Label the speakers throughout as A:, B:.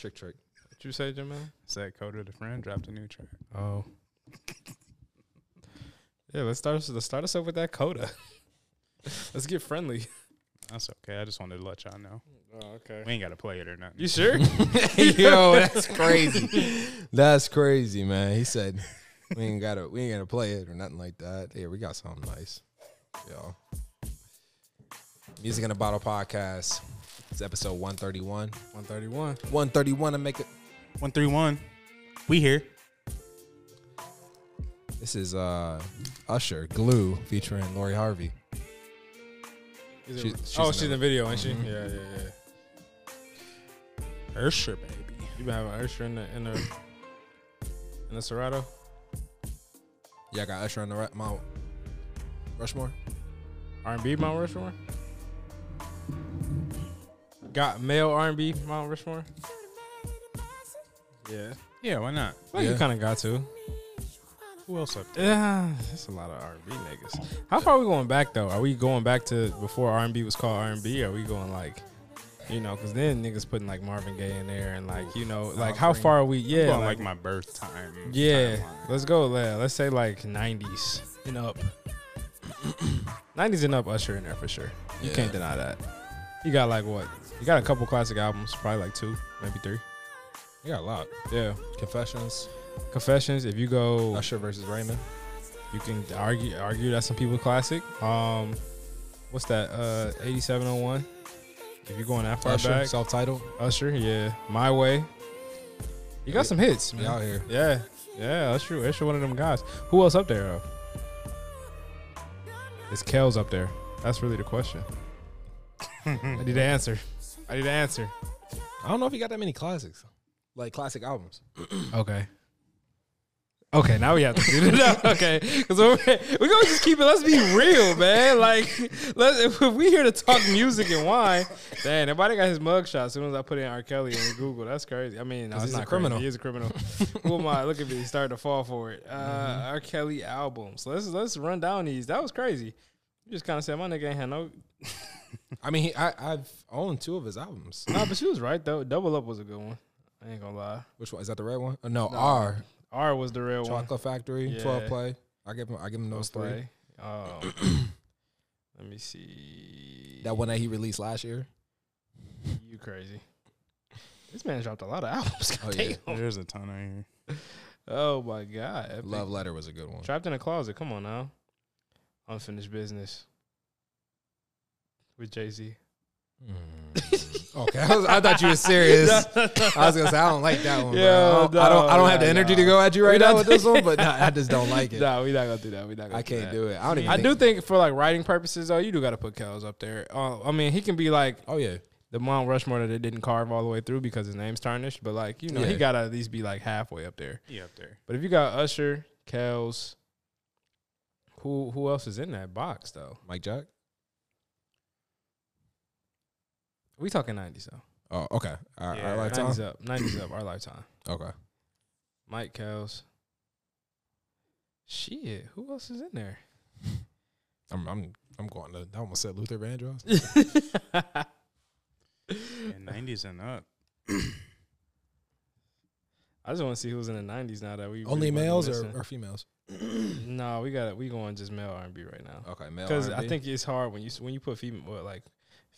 A: What you say, Jamal?
B: Said Coda the Friend dropped a new track.
A: Oh. yeah, let's start let's start us off with that coda. let's get friendly.
B: That's okay. I just wanted to let y'all know.
A: Oh, okay.
B: We ain't got to play it or nothing.
A: You sure?
C: Yo, that's crazy. That's crazy, man. He said we ain't gotta we ain't gotta play it or nothing like that. Yeah, we got something nice. Yo. Music in a Bottle Podcast. It's episode 131.
A: 131.
C: 131 to make it
B: 131. We here.
C: this is uh Usher Glue featuring Lori Harvey.
A: She's
C: She-
A: in-
C: she's
A: oh,
C: in
A: she's
C: the-
A: in video, Mm-hmm. ain't she? Yeah, yeah, yeah.
B: Ursher, baby.
A: You been having Usher in the in the in the Serato?
C: Yeah, I got Usher on the right Mount Rushmore.
A: R and B Mount Rushmore? Got male R and B Mount Rushmore? Yeah.
B: Yeah, why not?
A: Well you
C: Yeah.
A: kinda got to.
B: Who else up there?
A: Yeah, that's a lot of R and B niggas. How far are we going back though? Are we going back to before R and B was called R and B? Are we going like, you know, because then niggas putting like Marvin Gaye in there and like you know like how far are we?
B: Yeah,
A: Yeah,
B: like,
A: like,
B: my birth time.
A: yeah.
B: timeline.
A: Let's go. Yeah, let's say like nineties and up. Nineties and up, Usher in there for sure. You
C: Yeah.
A: can't deny that. You got like what? You got a couple classic albums, probably like two, maybe three.
C: You got a lot.
A: Yeah,
C: Confessions.
A: Confessions. If you go,
C: Usher versus Raymond.
A: You can argue argue that's some people classic. Um, what's that? Uh, eighty seven oh one. If you're going that far
C: Usher,
A: back,
C: self titled.
A: Usher, yeah, My Way. You got some hits,
C: We out
A: man.
C: here.
A: Yeah, yeah, Usher, Usher, one of them guys. Who else up there? Though? Is Kels up there? That's really the question. I need an answer. I need an answer.
C: I don't know if you got that many classics. Like classic albums.
A: Okay. Okay, now we have to do it. up. okay, because we're, we're gonna just keep it. Let's be real, man. Like, let's, if we here to talk music and wine, damn, everybody got his mugshot. As soon as I put in R. Kelly in Google, that's crazy. I mean, no,
C: 'Cause
A: it's
C: he's a
A: not
C: criminal.
A: Crazy. He is a criminal. Who am I? Look at me, he's starting to fall for it. Uh,
C: Mm-hmm.
A: R. Kelly albums. Let's let's run down these. That was crazy. You just kind of said my nigga ain't had no.
C: I mean, he, I, I've owned two of his albums.
A: Nah, but she was right though. Double up was a good one. I ain't gonna lie.
C: Which one is that? The red one? Uh, no, R
A: R was the real one.
C: Chocolate Factory,
A: Yeah.
C: Twelve Play. I give him, I give him those three.
A: Play. Um, let me see.
C: That one that he released last year.
A: You crazy. This man dropped a lot of albums.
C: Oh, yeah.
A: Damn.
B: There's a ton out here.
A: Oh my god. Epic.
C: Love Letter was a good one.
A: Trapped in a closet. Come on now. Unfinished business. With Jay Z.
C: Mm. Hmm. okay, I, was, I thought you were serious. I was gonna say I don't like that one.
A: Yeah,
C: bro. I don't, I don't, I
A: no,
C: don't have the
A: nah,
C: energy to
A: nah.
C: go at you
A: We
C: right now
A: not-
C: with this one, but nah, I just don't like it.
A: Nah, we not gonna do that. We not gonna.
C: I can't do it. I don't even.
A: I do think for like writing purposes though, you do gotta put Kells up there. Uh, I mean, he can be like
C: Oh yeah,
A: the Mount Rushmore that they didn't carve all the way through because his name's tarnished, but like you know, he
C: Yeah.
A: gotta at least be like halfway up there.
B: He up there.
A: But if you got Usher, Kels, who who else is in that box though?
C: Mike Jack.
A: We talking nineties though.
C: Oh okay, our,
B: Yeah,
C: our lifetime.
A: Nineties up, nineties up, our lifetime.
C: Okay,
A: Mike Kels. Shit, who else is in there?
C: I'm, I'm, I'm going to. I almost said Luther Vandross.
B: Yeah, 90s and up.
A: I just want to see who's in the nineties now that we
C: Only
A: really wanna
C: males or,
A: listen.
C: or females?
A: no, we got we going just male R and B right now
C: Okay, Oh, male.
A: because I
C: R&B.
A: think it's hard when you s- when you put female well, like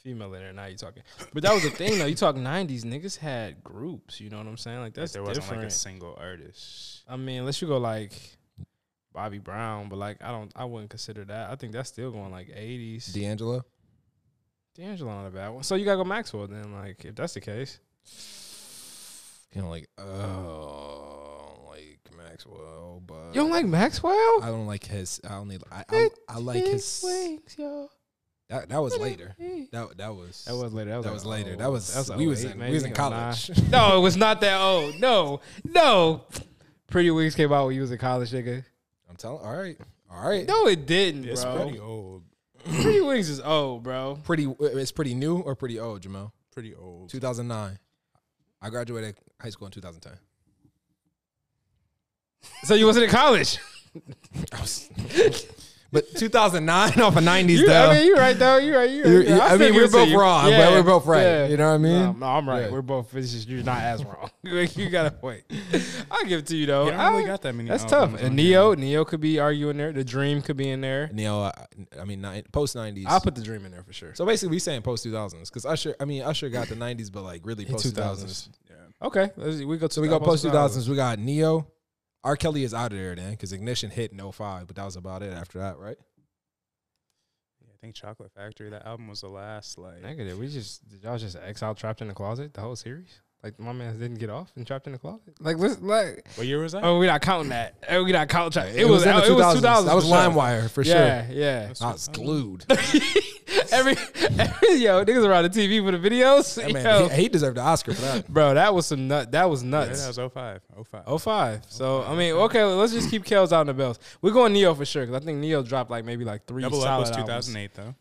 A: female in there now you talking. But that was the thing though. You talk nineties niggas had groups. You know what I'm saying? Like
B: That's
A: that's
B: there wasn't
A: different.
B: like a single artist.
A: I mean, unless you go like Bobby Brown, but like I don't, I wouldn't consider that. I think that's still going like eighties.
C: D'Angelo.
A: D'Angelo not a bad one. So you gotta go Maxwell then, like if that's the case.
C: kind of like oh like Maxwell, but
A: You don't like Maxwell?
C: Uh, I don't like his. I only I I, I like his.
A: wings, yo.
C: That, that was later.
A: That
C: That that was
A: was later. That was,
C: that
A: like,
C: was later.
A: oh,
C: That was,
A: like,
C: we
A: oh,
C: was
A: eight,
C: in
A: maybe,
C: we was in
A: oh,
C: college.
A: nine. no, it was not that old. No, no. Pretty Wings came out when you was in college, nigga.
C: I'm telling. All right, all right.
A: No, it didn't,
B: It's
A: bro.
B: pretty
A: Pretty,
B: old.
A: Wings is old, bro.
C: Pretty. It's pretty new or pretty old, Jamal.
B: Pretty old.
C: 2009. I graduated high school in 2010.
A: So you wasn't in college.
C: I was- But 2009 off of 90s,
A: You-
C: though.
A: I mean, you're right though. You're right. You're,
C: You're-
A: right.
C: I
A: still
C: mean,
A: give
C: we're
A: it to
C: both
A: you.
C: wrong, but we're both right. You know what I mean?
A: No, no, I'm right.
C: Yeah.
A: We're both. It's just you're not as wrong. Like, you gotta wait. I'll give it to you though.
B: Yeah, I don't really
A: I-
B: got that many
A: Oh, ah, That's
B: albums
A: tough.
B: on
A: And Neo, Neo could be arguing there. The Dream could be in there.
C: Neo, I, uh, I mean, nine, post 90s.
A: I'll put the Dream in there for sure.
C: so basically, we saying post 2000s because Usher, I mean, Usher got the 90s, but like really post 2000s.
A: Okay, let's- we go.
C: So we got post 2000s. We got Neo. R. Kelly is out of there then because Ignition hit in 05, but that was about it after that, right?
B: I think Chocolate Factory. That album was the last. Like,
A: Negative. We just did y'all just exile trapped in the closet the whole series. Like my man didn't get off and trapped in the closet. Like let's like.
B: what year was that?
A: Oh, we not counting that. Oh, we not counting. Tra- it, was, out- it was
C: 2000s.
A: 2000.
C: That was
A: for sure.
C: LimeWire for sure.
A: Yeah, yeah.
C: I was glued.
A: every, every yo niggas around the TV for the videos.
C: That man,
A: yo.
C: he, he deserved an Oscar for that.
A: Bro, that was some nut. That was
B: Yeah, that
A: nuts.
B: was 05. 05.
A: Oh five. So I mean, okay, let's just keep Kells out in the bells. We're going Neo for sure because I think Neo dropped like maybe like three.
B: Double
A: solid
B: Up was
A: albums.
B: 2008 though.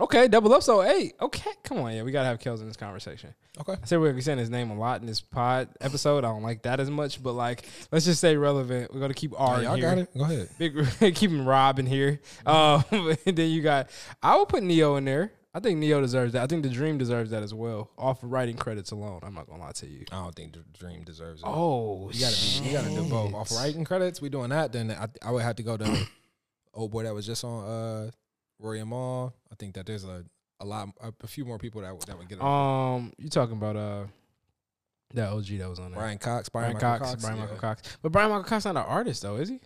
A: Okay, double up. So eight. Okay, come on, yeah, we gotta have Kells in this conversation.
C: Okay.
A: I said we're gonna be saying his name a lot in this pod episode. I don't like that as much, but like, let's just say relevant. We're gonna keep
C: All
A: R
C: right,
A: in
C: y'all
A: here.
C: got it. Go ahead.
A: Big, keep him Rob in here. Um, and then you got. I would put Neo in there. I think Neo deserves that. I think the Dream deserves that as well, off of writing credits alone. I'm not gonna lie to you.
C: I don't think the Dream deserves it.
A: Oh,
C: You gotta be, you gotta do both. Off writing credits, we doing that. Then I, I would have to go to old boy that was just on uh Roy and Maul. I think that there's a a lot a, a few more people that would that would get on.
A: Um, you talking about uh that OG that was on there?
C: Brian Cox, Brian,
A: Brian
C: Michael
A: Cox, Brian Michael
C: yeah.
A: Cox. But Brian Michael Cox not an artist though, is he?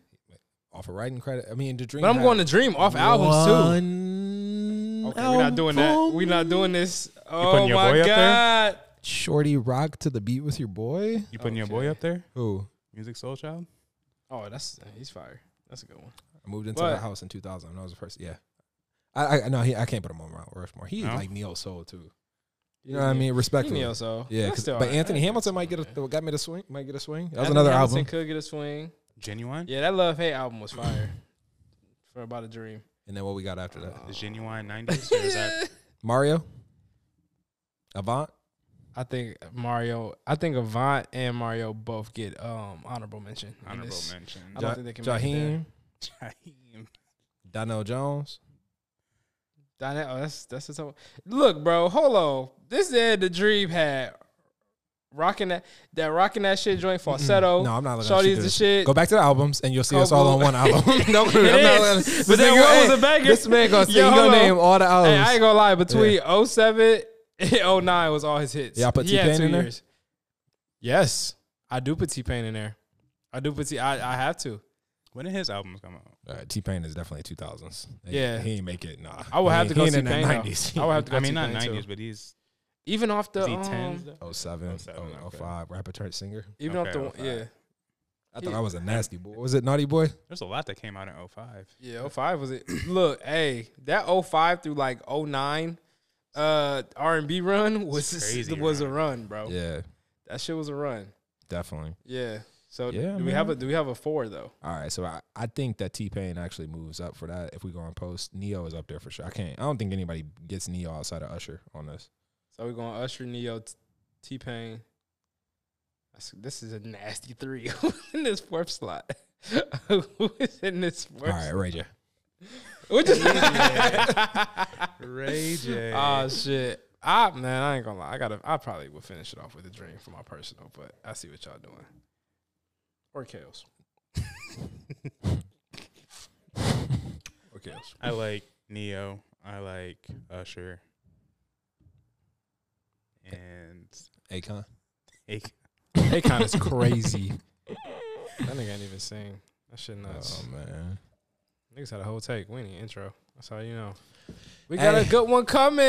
C: Off of writing credit, I mean the Dream.
A: But I'm going to Dream off albums too.
C: too.
A: Okay, we're not doing that. We're not doing this. Oh
B: putting your boy
A: my
B: up there?
A: god.
C: Shorty rock to the beat with your boy.
B: You putting your
A: Okay.
B: boy up there?
C: Who
B: Music Soul Child.
A: Oh, that's he's fire. That's a good one.
C: I moved into
A: What?
C: the house in 2000. That was the first. Yeah, I I no he, I can't put him on Mount Rushmore. He is
B: No?
C: like neo soul too. You know what I mean? Respectfully.
A: Neo, so
C: Yeah,
A: That's
C: 'cause-
A: still
C: but
A: alright.
C: Anthony
A: That's
C: Hamilton might get
A: still
C: a
A: alright.
C: th- got me to swing. Might get a swing. That was
A: Anthony
C: another
A: Hamilton
C: album.
A: Could get a swing.
B: Genuine.
A: Yeah, that Love Hate album was fire. For about a dream.
C: And then what we got after that?
A: Uh,
B: The genuine 90s. Or is that
C: Mario, Avant.
A: I think Mario. I think Avant and Mario both get um honorable mention. in
B: honorable
A: this.
B: mention?
A: I don't think they can make it
C: Jaheim,
B: Jaheim.
C: Donnell Jones.
A: Donnell, oh, that's that's the top. Look, bro, hold on. This is the dream had rocking that that rocking that shit joint falsetto.
C: No, I'm not looking. at
A: Shorty's
C: shit.
A: the shit.
C: Go back to the albums, and you'll see us all on
A: Kobo.
C: one album.
A: It
C: no, I'm not
A: is.
C: looking-
A: But then
C: nigga-
A: what was
C: hey,
A: the banger?
C: This man gonna say he
A: Yo,
C: gonna
A: hold on.
C: name all the
A: Hey, I ain't
C: albums.
A: gonna lie. Between oh seven 07 and 09 was all his hits.
C: Yeah, I put
A: He had
C: T-Pain
A: two
C: in there?
A: years. Yes, I do put T Pain in there. I do put T. I I have to.
B: When did his albums come out?
C: T Pain is definitely 2000s. He-
A: Yeah.
C: he ain't make it. Nah,
A: I would
C: He
A: have
C: ain't-
A: to
C: he
A: go
C: ain't
A: T
C: in the
A: Pain.
C: nineties.
A: I would have to go
B: I mean, not
A: T-Pain, too.
B: 90s, but he's
A: Even off the
B: is he 10s.
A: um,
B: though?
C: 07,
B: 07,
C: 05, rapper turned singer.
A: even off
B: Okay,
A: the
B: 05.
A: yeah
C: I
A: Yeah.
C: thought I was a nasty boy. Was it Naughty Boy?
B: There's a lot that came out in 05.
A: Yeah, 05 was it. Look, hey, that 05 through like 09 uh R&B run was
B: It's crazy
A: was a
B: run.
A: run, bro.
C: Yeah,
A: That shit was a run.
C: definitely.
A: Yeah. So
C: Yeah,
A: do we have a
C: man.
A: do we have a 4 though?
C: All right, so I, I think that T Pain actually moves up for that. If we go on post, Neo is up there for sure. I can't. I don't think anybody gets Neo outside of Usher on this.
A: So we're going Usher, Neo, T- T-Pain. That's, this is a nasty 3 in this fourth slot. Who is in this fourth?
C: All right, Ray J.
A: Which is
B: Ray J.
A: Oh shit. I man, I ain't gonna lie. I gotta I probably would finish it off with a dream for my personal, but I see what y'all doing. Or Kales.
C: Or Kills.
B: I like Neo. I like Usher. And
C: Akon.
B: Akon.
A: Akon is crazy. that nigga ain't even sing. That shit nuts.
C: Oh man.
A: Niggas had a whole take. We ain't even intro. That's how you know. We
C: Hey.
A: got a good one coming.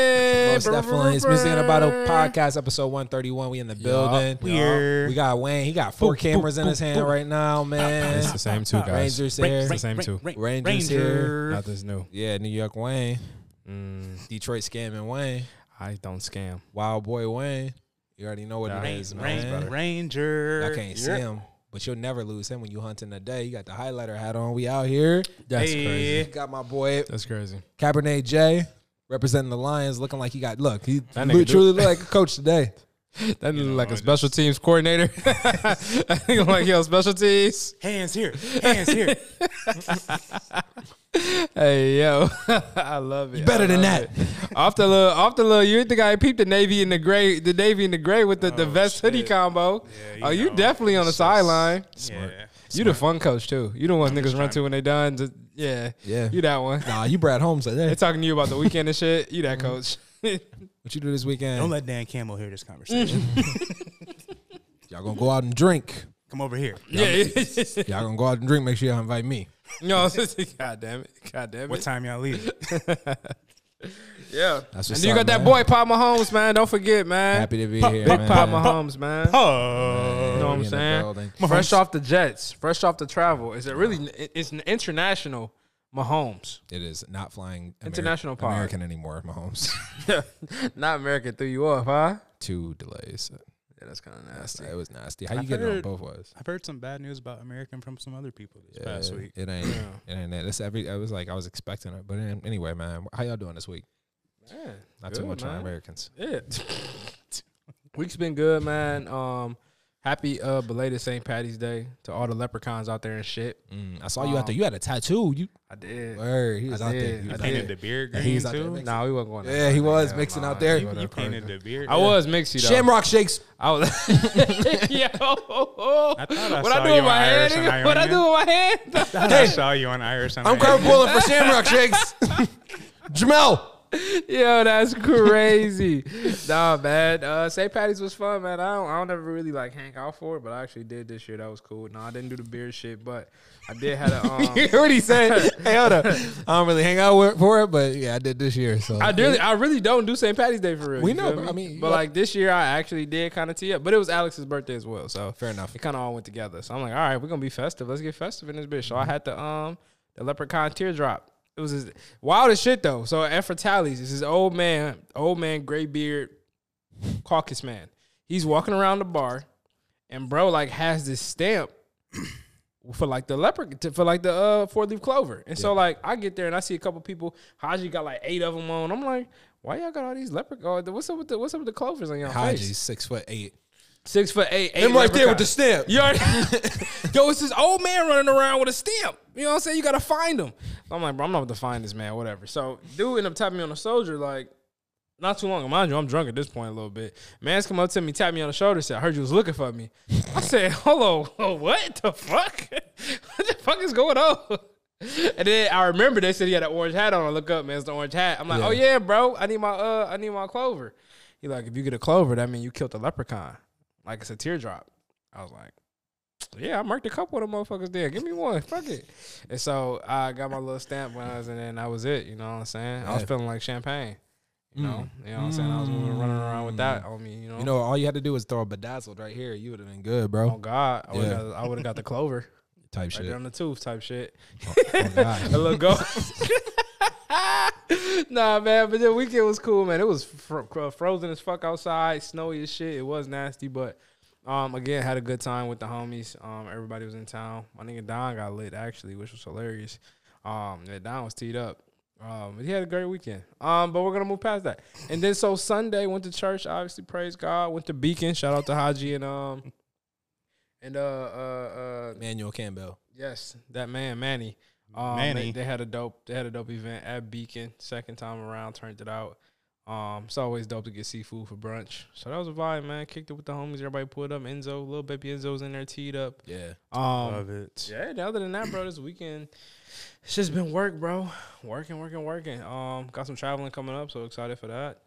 C: Most definitely. It's Music in a Bottle podcast, episode 131. We in the building.
A: we here.
C: We got Wayne. He got four
A: Boop, boop,
C: cameras in his
A: boop,
C: hand
A: boop.
C: right now, man.
A: It's the same two guys.
C: Rangers
A: It's
C: here.
A: the same two.
C: Rangers here.
A: Nothing's new.
C: Yeah, New York Wayne.
A: Mm,
C: Detroit scamming Wayne.
A: I don't scam.
C: Wild Boy Wayne. You already know what
A: Nah,
C: it
B: Rain,
C: is,
B: rain,
C: man.
B: Ranger.
C: I can't see him, but you'll never lose him when you hunting the day. You got the highlighter hat on. We out here.
A: That's
B: Hey.
A: crazy.
C: Got my boy
A: That's crazy.
C: Cabernet J representing the Lions, looking like he got look. He
A: That nigga
C: truly
A: do.
C: look like a coach today.
A: That look
B: know,
A: like
B: I
A: a special teams coordinator. I think I'm like, yo, special teams.
B: Hands here. Hands here.
A: Hey yo, I love it.
C: You better
A: I
C: than
A: love
C: that.
A: it. off the little, off the little. You think I peeped the navy and the gray, the navy and the gray with the, the
B: Oh,
A: vest hoodie
B: shit.
A: combo.
B: Yeah,
A: oh, you
B: know,
A: definitely on the
B: it's just-
A: sideline.
C: Smart.
B: Yeah.
A: You the fun coach too. You the ones
B: I'm just
A: niggas run to
B: trying-
A: when they done. Just, yeah,
C: Yeah.
A: you that one.
C: Nah, you Brad Holmes like
A: They
C: that.
A: talking to you about the weekend and shit. You that coach.
C: What you do this weekend?
B: Don't let Dan Campbell hear this conversation.
C: Y'all gonna go out and drink.
B: Come over here.
A: yeah.
C: Y'all gonna go out and drink. Make sure y'all invite me.
A: no, god damn it. God damn
B: What
A: it.
B: time y'all leave?
A: Yeah.
C: That's
A: and
C: what's
A: you
C: up,
A: got that
C: man.
A: boy Pop Mahomes, man. Don't forget, man.
C: Happy to be
B: Pop-
C: here,
B: Big
C: man.
A: Pop Mahomes, man.
B: Oh.
A: You know what I'm
C: in the
A: saying?
C: building.
A: Fresh off the Jets, fresh off the travel. Is it really? It's an international Mahomes,
C: It is not flying Ameri-
A: International pod.
C: American anymore. Mahomes.
A: not American. Threw you off, huh?
C: Two delays.
A: Yeah, that's kind of
C: That's,
A: nasty.
C: it was nasty. How
B: I
C: you get it on
B: heard-
C: both of us?
B: I've heard some bad news about American from some other people this past
C: Yeah,
B: week.
C: It ain't. It ain't that. It's every. I was like, I was expecting it, but an- anyway, man, how y'all doing this week?
A: Man,
C: Not
A: good,
C: too much on
A: man.
C: Americans.
A: Yeah. Week's been good, man. Um, happy uh belated St. Patty's Day to all the leprechauns out there and shit.
C: Mm, I saw you out there.
A: Um,
C: You had a tattoo. You
A: I did.
C: word. He was
A: I
C: out
A: did,
C: there. You
A: I
C: was out
A: did.
B: Painted the beard
C: Yeah,
B: green
C: he's out there
B: too.
C: mixing.
A: Nah, we wasn't going.
C: Yeah, he was mixing out there.
A: You,
C: You-
B: You painted the beard.
A: I was mixy though.
C: Shamrock shakes.
A: I was. Yo,
B: I thought I
A: what
B: saw
A: I do
B: you
A: with
B: on
A: my hand?
B: Irish and
A: nigga? What I do
B: Iranian.
A: with my hand?
B: I saw you on Irish.
C: I'm crowd pulling for Shamrock shakes. Jamel.
A: Um, Yo, that's crazy. nah, man. Uh, St. Patty's was fun, man. I don't, I don't ever really like hang out for it, but I actually did this year. That was cool. No, I didn't do the beer shit, but I did had a.
C: you
A: Um,
C: heard what he said? Hey, hold up. I don't really hang out with, for it, but yeah, I did this year. So
A: I really, I really don't do St. Patty's Day for real.
C: We
A: you
C: know,
A: feel
C: but I mean,
A: but
C: you-
A: like this year, I actually did kind of tee up. But it was Alex's birthday as well, so
C: Fair enough.
A: it kind of all went together. So I'm like, all right, we're gonna be festive. Let's get festive in this bitch. So I had the um the leprechaun teardrop. It was his, wild as shit though. So at for tallies, it's this old man, old man, gray beard, caucus man. He's walking around the bar, and bro like has this stamp for like the leopard to- for like the uh four leaf clover. And so like I get there and I see a couple people. Haji got like eight of them on. I'm like, why y'all got all these leopard? Oh, what's up with the what's up with the clovers on y'all
C: Haji's
A: face?
C: six foot eight.
A: Six foot eight, eight
C: Him right there with the stamp.
A: leprechauns. You already, yo, it's this old man running around with a stamp. You know what I'm saying? You gotta find him. I'm like, bro, I'm not about to find this man, whatever. So dude ended up tapping me on the shoulder, like not too long. Mind you, I'm drunk at this point a little bit. Man's come up to me, tapped me on the shoulder, said, I heard you was looking for me. I said, Hello, what the fuck? what the fuck is going on? And then I remember they said he had an orange hat on. I look up, man, it's the orange hat. I'm like,
C: Yeah.
A: Oh yeah, bro. I need my uh I need my clover. He like, if you get a clover, that mean you killed a leprechaun. Like it's a teardrop. I was like, yeah, I marked a couple of them motherfuckers there. Give me one. Fuck it. And so I got my little stamp when I was in there, and that was it. You know what I'm saying? I was
C: Yeah. Mm.
A: feeling like champagne. You know, you know what I'm saying? I was moving, running around with that on me. You know,
C: You know, all you had to do was throw a bedazzled right here. You would have been good, bro.
A: oh God, I would
C: Yeah.
A: have I would have got the clover
C: Type
A: right there
C: shit.
A: on the tooth type shit.
C: Oh, God.
A: A little go. nah, man, but the weekend was cool, man. It was fro- fro- frozen as fuck outside, snowy as shit. It was nasty, but um, again, had a good time with the homies. Um, everybody was in town. My nigga Don got lit actually, which was hilarious. Um, yeah, Don was teed up. Um, but he had a great weekend. Um, but we're gonna move past that. And then so Sunday went to church. Obviously, praise God. Went to Beacon. Shout out to Haji and um and uh uh uh
C: Manuel Campbell.
A: Yes, that man Manny. Um, Manny.
B: Manny.
A: They, had a dope. They had a dope event at Beacon. Second time around, turned it out. Um, it's always dope to get seafood for brunch. So that was a vibe, man. Kicked it with the homies. Everybody pulled up. Enzo, little baby Enzo's in there teed up.
C: Yeah.
A: Um,
B: Love it.
A: yeah. Other than that, bro, this weekend it's just been work, bro. Working, working, working. Um, got some traveling coming up, so excited for that.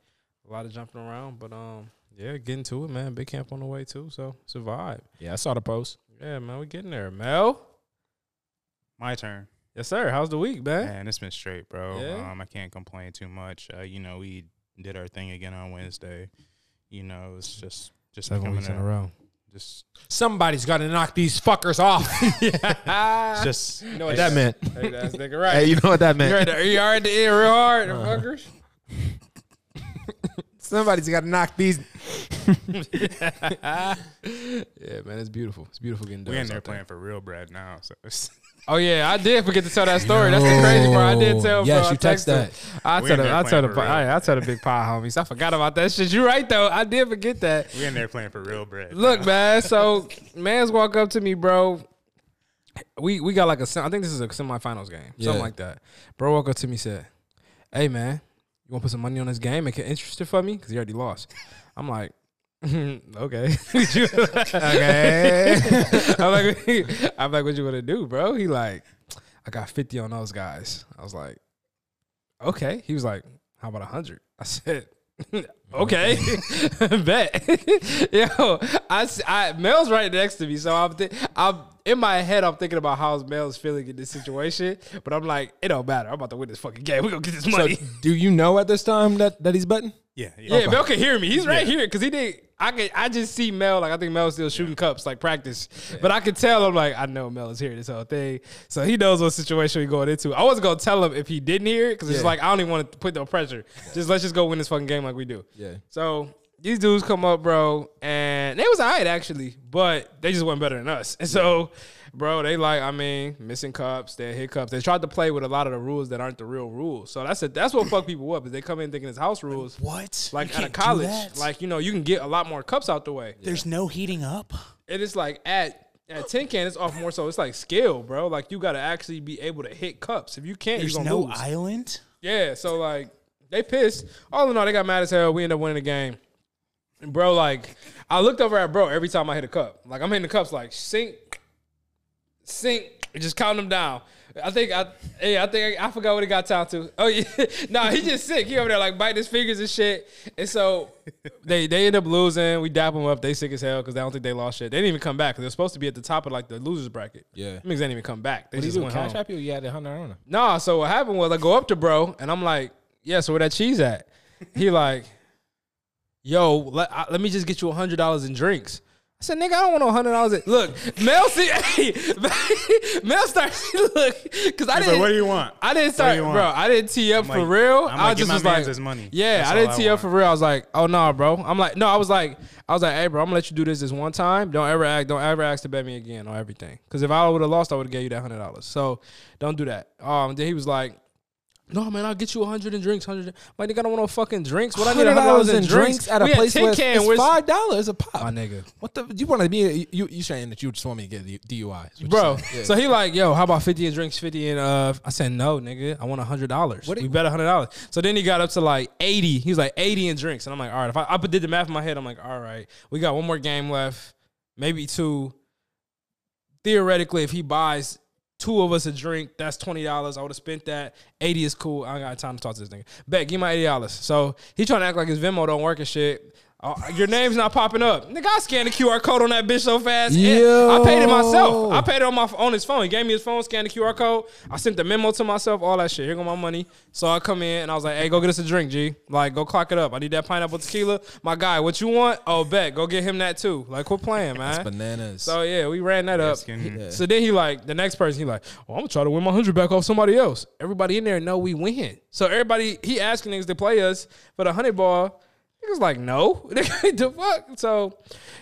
A: A lot of jumping around, but um, yeah, getting to it, man. Big camp on the way too, so it's a vibe.
C: Yeah, I saw the post.
A: Yeah, man, we getting there. Mel,
B: My turn.
A: yes sir. How's the week, man?
B: Man, it's been straight, bro.
A: Yeah?
B: Um, I can't complain too much. Uh, you know, we did our thing again on Wednesday. You know, it's just just becoming
A: row.
B: Just,
C: Somebody's got to knock these fuckers off.
B: it's just
A: You know what
B: it's-
A: that
C: meant.
A: Hey, that's nigga right.
C: you know what that
A: you right. You already the end real hard, fuckers.
C: Somebody's got to knock these.
A: Yeah, man, it's beautiful. It's beautiful getting
B: We
A: done.
B: in there playing for real bread now. So it's,
A: Oh yeah, I did forget to tell that story. That's the crazy part. I did tell.
C: Yes,
A: bro.
C: you
A: I
C: text
A: texted- I
B: We
A: tell
B: in
A: the
B: there
A: I tell
B: playing
A: the
B: for
A: pi-
B: real.
A: I, I tell the big pie homies. I forgot about that shit. You right though. I did forget that.
B: we in there playing for real bread.
A: Look, man. So man's walk up to me, bro. we we got like a sem- I think this is a semifinals game,
C: Yeah.
A: something like that. Bro woke up to me said, "Hey man, you want to put some money on this game? Make it interesting for me because he already lost." I'm like. okay. okay. I'm like, I'm like, what you gonna do, bro? He like, I got fifty on those guys. I was like, okay. He was like, how about hundred? I said, okay, bet. Yo, I, s- I Mel's right next to me, so I'm, thi- I'm in my head. I'm thinking about how Mel's feeling in this situation, but I'm like, it don't matter. I'm about to win this fucking game. We are gonna get this money.
C: Do you know at this time that, that he's betting?
B: Yeah, yeah.
A: Yeah, Mel can hear me. He's right here because he did. I could. I just see Mel. Like I think Mel's still shooting cups, like practice. But I could tell. I'm like, I know Mel is here this whole thing, so he knows what situation we going into. I wasn't gonna tell him if he didn't hear it because it's
C: Yeah.
A: like I don't even want to put no pressure. Just let's just go win this fucking game like we do.
C: Yeah.
A: So these dudes come up, bro, and they was alright actually, but they just wasn't better than us. And so, bro, they like, I mean, missing cups, they hit cups. They tried to play with a lot of the rules that aren't the real rules. So that's it. That's what fuck people up is they come in thinking it's house rules.
D: What? You
A: Like out
D: can't
A: of
D: do
A: college,
D: that?
A: like you know, you can get a lot more cups out the way.
D: there's no heating up.
A: And it's like at at tin can, it's off more so. It's like skill, bro. Like you got to actually be able to hit cups. If you can't,
D: There's
A: you're gonna
D: no
A: lose.
D: island.
A: Yeah, so like they pissed. All in all, they got mad as hell. We end up winning the game. And bro, like I looked over at bro every time I hit a cup. Like I'm hitting the cups like sink, sink, and just counting them down. I think I yeah, I think I, I forgot what it got down to. Oh yeah. nah, he just sick. He over there like biting his fingers and shit. And so they they end up losing. We dap them up. They sick as hell because I don't think they lost shit. They didn't even come back because they're supposed to be at the top of like the losers bracket.
C: Yeah.
A: Them niggas didn't even come back. They
C: Did he
A: just
C: do
A: went
C: cash
A: home.
C: app you? You had a hundred on him.
A: Nah, so what happened was I go up to bro and I'm like, yeah, so where that cheese at? He like, yo, let, I- let me just get you hundred dollars in drinks. I said, nigga, I don't want no hundred dollars. in-" Look, Mel see, hey, Mel starts look, cause I
B: He's like,
A: didn't.
B: what do you want?
A: I didn't
B: do
A: start,
B: you want?
A: bro. I didn't tee up
B: I'm
A: for
B: like-
A: real.
B: I'm
A: I
B: like,
A: just
B: give my
A: was
B: mans
A: like,
B: his money.
A: yeah,
B: That's
A: I
B: all
A: didn't
B: I
A: tee up
B: want.
A: for real. I was like, oh no, bro. I'm like, no, I was like, I was like, hey, bro, I'm gonna let you do this this one time. Don't ever act, don't ever ask to bet me again on everything. Because if I would have lost, I would have gave you that hundred dollars. So don't do that. Um, then he was like. No man, I'll get you hundred in drinks. Hundred, like nigga, I don't want no fucking drinks. What I need hundred dollars in drinks
C: at a
A: We
C: place
A: tin
C: where it's,
A: can,
C: it's
A: where's-
C: five dollars a pop.
A: My nigga,
C: What the? You want to be? You you saying that you just want me to get DUI, is what you
A: bro.
C: saying.
A: So he like, yo, how about fifty in drinks, fifty in uh? I said no, nigga. I want hundred dollars.
C: What
A: We
C: it-
A: bet hundred dollars. So then he got up to like eighty. He was like eighty in drinks, and I'm like, all right. If I, I did the math in my head, I'm like, all right, we got one more game left, maybe two. Theoretically, if he buys two of us a drink, that's twenty dollars. I would have spent that. Eighty is cool. I ain't got time to talk to this nigga. Bet, give me my eighty dollars. So he trying to act like his Venmo don't work and shit. Uh, your name's not popping up. Nigga, I scanned the QR code on that bitch so fast. And I paid it myself. I
C: Yo.
A: paid paid it on my on his phone. He gave me his phone, scanned the QR code. I sent the memo to myself, all that shit. Here go my money. So I come in and I was like, hey, go get us a drink, G. Like, go clock it up. I need that pineapple tequila. My guy, what you want? Oh, bet. Go get him that too. Like, quit playing, man.
C: bananas.
A: So yeah, we ran that up.
B: Asking-
A: He- So then he like the next person he like, well, I'm gonna try to win my hundred back off somebody else. Everybody in there know we win. So everybody he asking niggas to play us for the hundred ball. Niggas like no, the fuck. So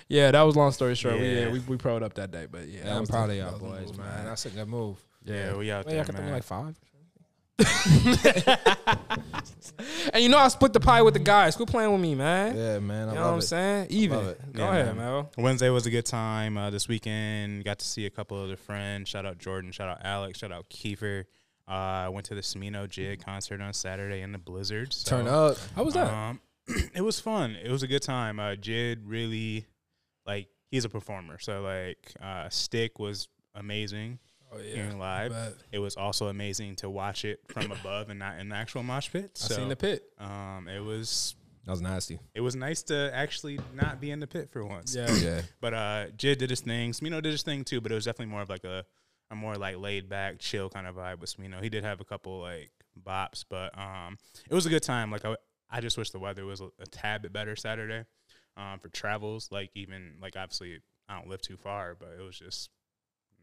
A: yeah, that was long story short. We,
B: Yeah.
A: yeah, we we proed up that day, but yeah, that
C: yeah, I'm
A: was
C: proud
A: the-
C: of
A: that
C: y'all
A: was the
C: boys,
A: move,
C: man. That's a good move.
B: Yeah, we out
C: Man,
B: there,
C: y'all could throw me
B: man.
C: like five.
A: And you know I split the pie with the guys. Quit playing with me, man.
C: Yeah, man. I
A: You know
C: love
A: what I'm
C: it.
A: saying? Even.
C: Love it.
A: Go
B: Yeah,
A: ahead,
B: man.
A: Mel.
B: Wednesday was a good time. Uh, this weekend, got to see a couple other friends. Shout out Jordan. Shout out Alex. Shout out Kiefer. Uh, I went to the Semino Jig concert on Saturday in the blizzard. So,
C: Turn up.
A: How was that?
B: Um, it was fun. It was a good time. Uh, Jid really, like, he's a performer. So, like, uh, Stick was amazing
A: oh
B: hearing live. It was also amazing to watch it from above and not in the actual mosh pit.
A: I
B: So,
A: seen the pit.
B: um, it was
C: That was nasty.
B: it was nice to actually not be in the pit for once.
A: Yeah.
C: Yeah.
B: But uh, Jid did his thing. Smino did his thing too, but it was definitely more of like a, a more like laid back, chill kind of vibe with Smino. He did have a couple like bops, but um, it was a good time. Like I, I just wish the weather was a, a tad bit better Saturday, um, for travels. Like even like obviously I don't live too far, but it was just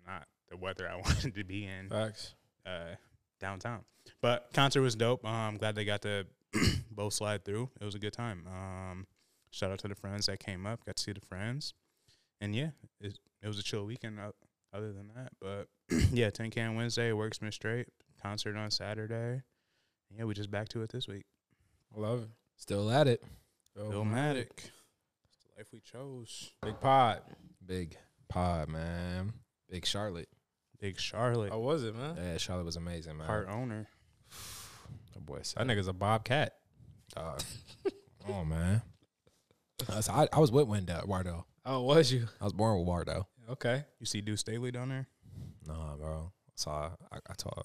B: not the weather I wanted to be in
A: Facts.
B: uh, downtown. But concert was dope. Um, I'm glad they got to both slide through. It was a good time. Um, shout out to the friends that came up. Got to see the friends, and yeah, it, it was a chill weekend. o- Other than that, but yeah, Tin Can Wednesday works me straight. Concert on Saturday. Yeah, we just back to it this week.
A: I love it.
C: Still at it.
B: Illmatic, It's the life we chose.
A: Big pod.
C: Big pod, man. Big Charlotte.
B: Big Charlotte,
A: How was it, man?
C: Yeah, Charlotte was amazing, man.
B: part owner.
C: That boy said,
A: That nigga's a bobcat.
C: dog. oh man. That's- I, I was with Wendell Wardo.
A: Oh, was you?
C: I was born with Wardo.
A: Okay.
B: You see Deuce Staley down there?
C: Nah, bro. I saw I, I saw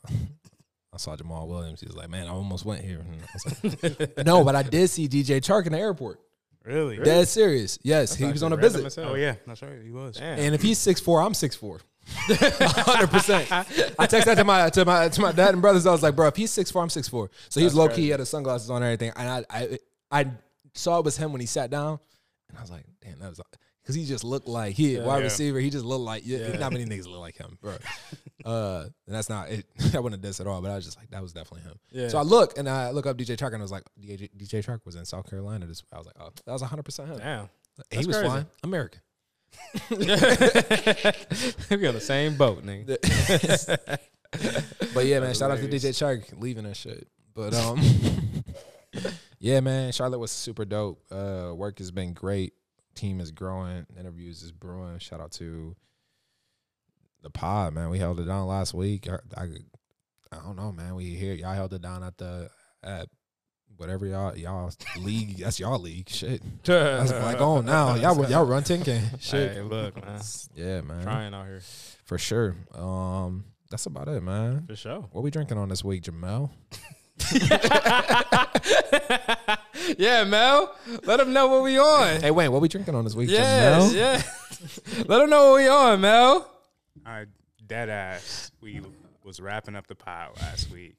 C: I saw Jamal Williams. He was like, man, I almost went here. And I was like, no, but I did see DJ Chark in the airport.
B: Really?
C: Dead serious. Yes, he was on a visit.
B: Oh yeah, that's right. He was.
A: Damn.
C: And if he's six four, I'm six four. Hundred percent. I text that to my to my to my dad and brothers. I was like, bro, if he's six four, I'm six four. So he's low key. He had his sunglasses on and everything. And I I I saw it was him when he sat down, and I was like, damn, that was. Because he just looked like he a wide
B: Yeah.
C: receiver. He just looked like yeah, not many niggas look like him, bro. uh, and that's not it. I wouldn't diss at all, but I was just like that was definitely him.
A: Yeah.
C: So I look and I look up DJ Chark and I was like DJ, DJ Chark was in South Carolina. This I was like oh that was hundred percent him.
A: Damn.
C: he was
A: crazy.
C: flying American.
A: we on the same boat, nigga.
C: But yeah, man, shout out to DJ Chark leaving and shit. But um, yeah, man, Charlotte was super dope. Uh, work has been great. Team is growing. Interviews is brewing. Shout out to the pod, man. We held it down last week. I, I, I don't know, man. We here. Y'all held it down at the at whatever y'all y'all league. That's y'all league. Shit. That's like on now. Y'all y'all run ten k. Shit.
A: Hey, look, man.
C: Yeah, man.
A: Trying out here
C: For sure. Um, that's about it, man.
A: for sure.
C: What we drinking on this week, Jamel?
A: yeah, Mel. Let them know what we on.
C: Hey, wait, what we drinking on this week,
A: Yes,
C: Jamel?
A: yeah. Let them know what we on, Mel.
B: I dead ass. We was wrapping up the pod last week.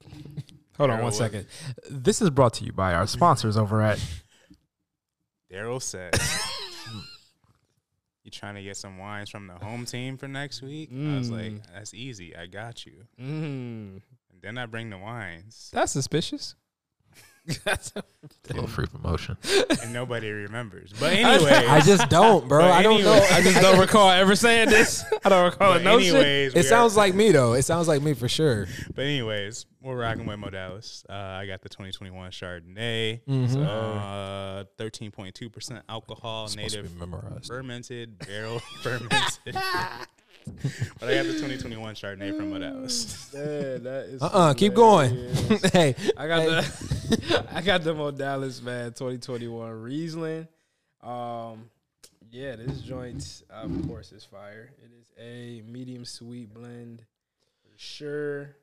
D: Hold
B: Daryl
D: on one
B: was-
D: second. This is brought to you by our sponsors over at.
B: Daryl said, "You trying to get some wines from the home team for next week?" I was like,
C: Mm.
B: "That's easy. I got you."
A: Mm,
B: And then I bring the wines,
A: that's suspicious. That's
D: A little free promotion.
B: and nobody remembers. But anyway,
C: I just don't, bro.
B: But
C: I don't know.
B: anyway-
A: I just don't recall ever saying this. I don't recall
B: but
A: it. No shit.
B: anyways,
C: It
B: we are-
C: sounds like me though. It sounds like me for sure.
B: But anyways, we're rocking with Modalis. Uh, I got the 2021 Chardonnay,
C: Mm-hmm.
B: uh, 13.2 percent alcohol, native
C: memorized.
B: fermented, barrel fermented. but I got the 2021 Chardonnay from Modalis.
C: Uh uh
A: Uh-uh,
C: keep going. hey,
A: I got the I got them on Dallas, man. 2021 Riesling. Um, yeah, this joint, of course, is fire. It is a medium sweet blend for sure.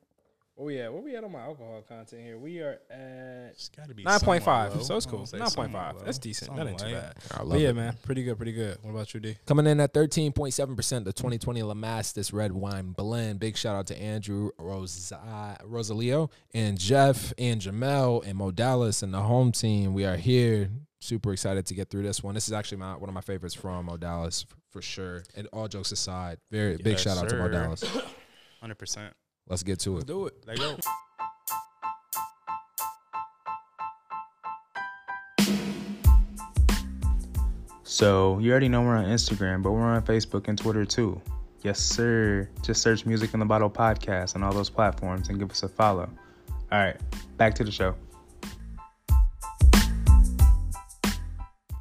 A: Oh yeah, where we at on my alcohol content here? We are at
B: It's got to be
A: nine point five,
B: somewhat
A: so
B: low.
A: it's
B: I
A: cool.
B: would say
A: Nine point
B: somewhat
A: five,
B: low.
A: that's decent. That ain't too
B: Somewhat.
C: I
A: bad.
C: love
A: But yeah,
C: it.
A: man, pretty good, pretty good. What about you, D?
C: Coming in at 13.7%, the 2020 Lamastus red wine blend. Big shout out to Andrew Rosa, Rosalio and Jeff and Jamel and Modalis and the home team. We are here. Super excited to get through this one. This is actually my one of my favorites from Modalis f- for sure. And all jokes aside, very big
B: Yes,
C: shout out to
B: sir.
C: Modalis.
B: Hundred percent.
C: Let's get to it.
A: Do it.
B: Let go. So you already know we're on Instagram, but we're on Facebook and Twitter too. Yes, sir. Just search Music in the Bottle podcast on all those platforms and give us a follow. All right, back to the show.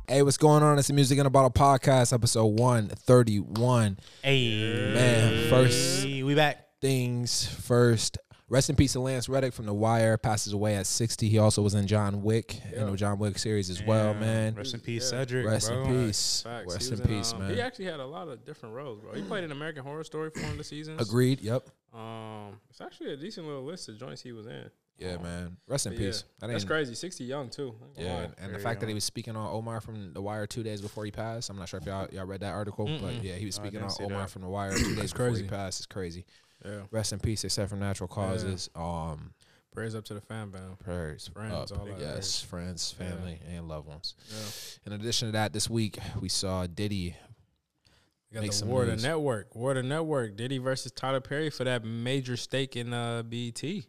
C: Hey, what's going on? It's the Music in a Bottle podcast, episode 131.
B: Hey,
C: Man, first-
B: we back.
C: things first. Rest in peace to Lance Reddick from The Wire. Passes away at 60. He also was in John Wick in the John Wick series as well, man.
B: Rest in peace, Cedric.
C: Rest
B: bro.
C: in peace.
A: Facts.
C: Rest
A: He
C: in
A: was
C: peace,
A: um, He
C: man.
A: actually had a lot of different roles, bro. He played in American Horror Story for one of the seasons.
C: Agreed. Yep.
A: Um, it's actually a decent little list of joints he was in.
C: Yeah, man. Rest in
A: Oh, But yeah,
C: peace. That
A: That's
C: ain't-
A: crazy. Sixty young too. I ain't gonna
C: Yeah,
A: lie.
C: and, the fact that he was speaking on Omar from The Wire two days before he passed. I'm not sure if y'all y'all read that article, but yeah, he was speaking
B: didn't
C: on
B: see
C: Omar
B: that.
C: from The Wire two days before he
A: crazy.
C: passed. It's crazy.
A: Yeah.
C: Rest in peace, except for natural causes. Um,
A: Prayers up to the fan band.
C: prayers,
A: Friends,
C: up.
A: all that.
C: yes, friends, family, and loved ones.
A: Yeah.
C: In addition to that, this week we saw Diddy.
A: We got
C: Make
A: the
C: some
A: Warder
C: news.
A: Network. Warder Network. Diddy versus Tyler Perry for that major stake in uh, BT.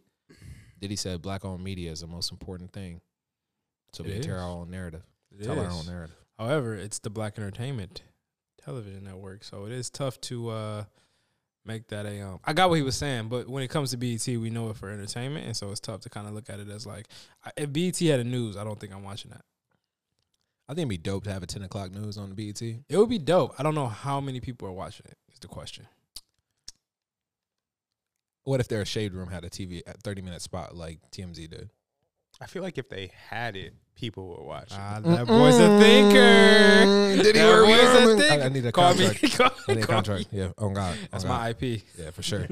C: Diddy said, "Black-owned media is the most important thing." So we
A: It
C: can tell
A: is.
C: our own narrative. tell our own narrative.
A: However, it's the Black Entertainment Television Network, so it is tough to uh, make that a. Um, I got what he was saying, but when it comes to BET, we know it for entertainment, and so it's tough to kind of look at it as like, I- if BET had a news, I don't think I'm watching that.
C: I think it'd be dope to have a ten o'clock news on E the BET.
A: It would be dope. I don't know how many people are watching it. Is the question.
C: What if their shade room had a TV at 30 minute spot like TMZ did?
B: I feel like if they had it, people would watch it.
A: Ah, that boy's a thinker.
C: Did he
A: that
C: wear
A: boy's a
C: Yeoman?
A: thinker.
C: I- I need a
A: call Me,
C: contract.
A: call,
C: I need a
A: call
C: contract. Yeah. Oh God. Oh,
A: me. That's
C: God.
A: my IP.
C: Yeah, for sure.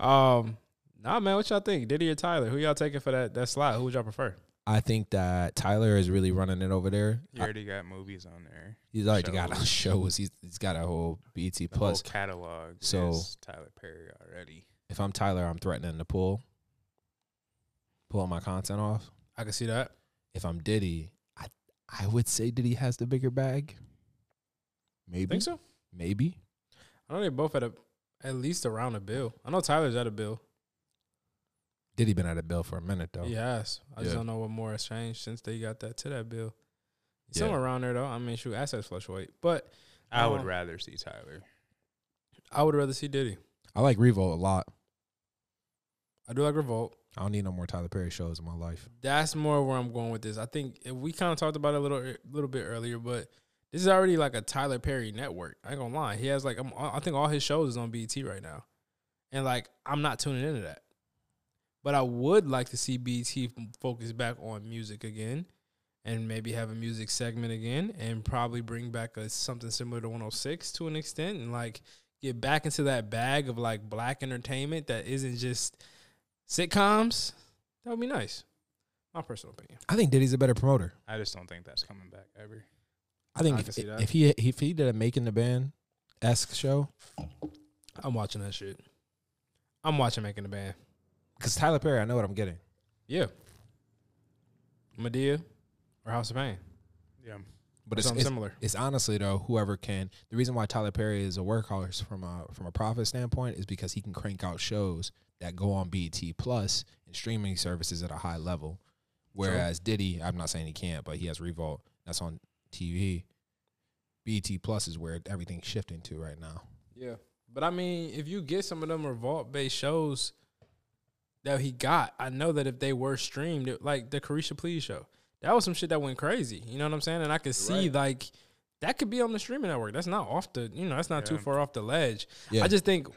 A: um, nah, man, what y'all think? Diddy or Tyler? Who y'all taking for that that slot? Who would y'all prefer?
C: I think that Tyler is really running it over there.
B: You already got movies on there.
C: He's already got
B: Shows.
C: shows. He's he's got a whole BT
B: The whole
C: plus.
B: catalog.
C: so-
B: is Tyler Perry already.
C: If I'm Tyler, I'm threatening to pull, pull my content off.
A: I can see that.
C: If I'm Diddy, I I would say Diddy has the bigger bag. Maybe
A: Think so?
C: Maybe.
A: I know they both at a at least around a bill. I know Tyler's at a bill.
C: Diddy been out of bill for a minute though.
A: He has. I just
C: Yeah.
A: don't know what more has changed since they got that to that bill.
C: Yeah.
A: Somewhere around there though. I mean, shoot, assets fluctuate, but
B: I would
C: Oh.
A: Um,
B: rather see Tyler.
A: I would rather see Diddy.
C: I like Revolt a lot.
A: I do like Revolt.
C: I don't need no more Tyler Perry shows in my life.
A: That's more where I'm going with this. I think if we kind of talked about it a little a little bit earlier, but this is already like a Tyler Perry network. I ain't gonna lie. He has like I'm, I think all his shows is on BET right now, and like I'm not tuning into that. But I would like to see BET f- focus back on music again, and maybe have a music segment again, and probably bring back a, something similar to 106 to an extent, and like get back into that bag of like black entertainment that isn't just sitcoms. That would be nice. My personal opinion.
C: I think Diddy's a better promoter.
B: I just don't think that's coming back ever.
C: I think
A: I can
C: if,
A: see that.
C: if he if he did a making the band esque show,
A: I'm watching that shit. I'm watching Making the Band.
C: because Tyler Perry, I know what I'm getting.
A: Yeah. Medea or House of Pain.
B: Yeah.
C: But it's,
A: something
C: it's,
A: similar.
C: it's honestly though, whoever can. The reason why Tyler Perry is a workhorse from a from a profit standpoint is because he can crank out shows that go on BET Plus and streaming services at a high level. Whereas Diddy, I'm not saying he can't, but he has Revolt that's on TV. BET E Plus is where everything's shifting to right now.
A: Yeah. But I mean, if you get some of them revolt based shows that he got, I know that if they were streamed, it- like the Carisha Please show, that was some shit that went crazy. You know what I'm saying? And I could see like that could be on the streaming network. That's not off the, you know, that's not too
B: Yeah.
A: far off the ledge.
C: Yeah.
A: I just think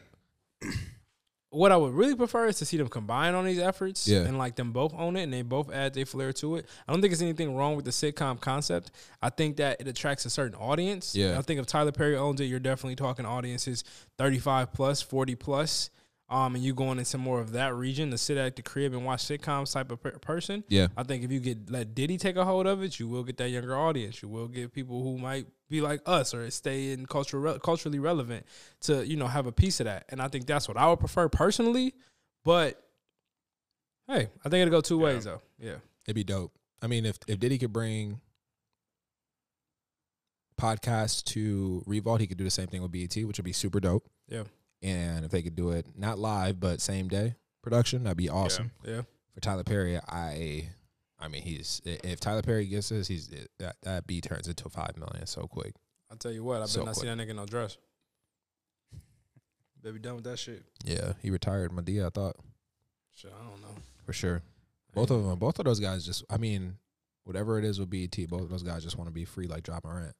A: what I would really prefer is to see them combine on these efforts
C: Yeah.
A: and like them both own it and they both add their flair to it. I don't think there's anything wrong with the sitcom concept. I think that it attracts a certain audience.
C: Yeah.
A: I think if Tyler Perry owns it, you're definitely talking audiences 35 plus, 40 plus. Um, and you going into more of that region to sit at the crib and watch sitcoms type of per- person.
C: Yeah.
A: I think if you get let Diddy take a hold of it, you will get that younger audience. You will get people who might be like us or stay in cultural culturally relevant to you know have a piece of that. And I think that's what I would prefer personally. But hey, I think it'll go two
B: Yeah.
A: ways though. Yeah,
C: It'd be dope. I mean, if if Diddy could bring podcasts to Revolt, he could do the same thing with BET, which would be super dope.
A: Yeah.
C: And if they could do it not live but same day production, that'd be awesome.
A: yeah.
C: For Tyler Perry, I I mean, he's i- if Tyler Perry gets this, he's that that B turns into 5 million so quick.
A: I tell you what, I bet
C: So
A: not see that nigga in no dress. Baby, done with that shit.
C: Yeah, he retired Medea, I thought,
A: Shit, I don't know.
C: for sure. Both of them, both of those guys just I mean, whatever it is with BET, both of those guys just want to be free like Drop Morant.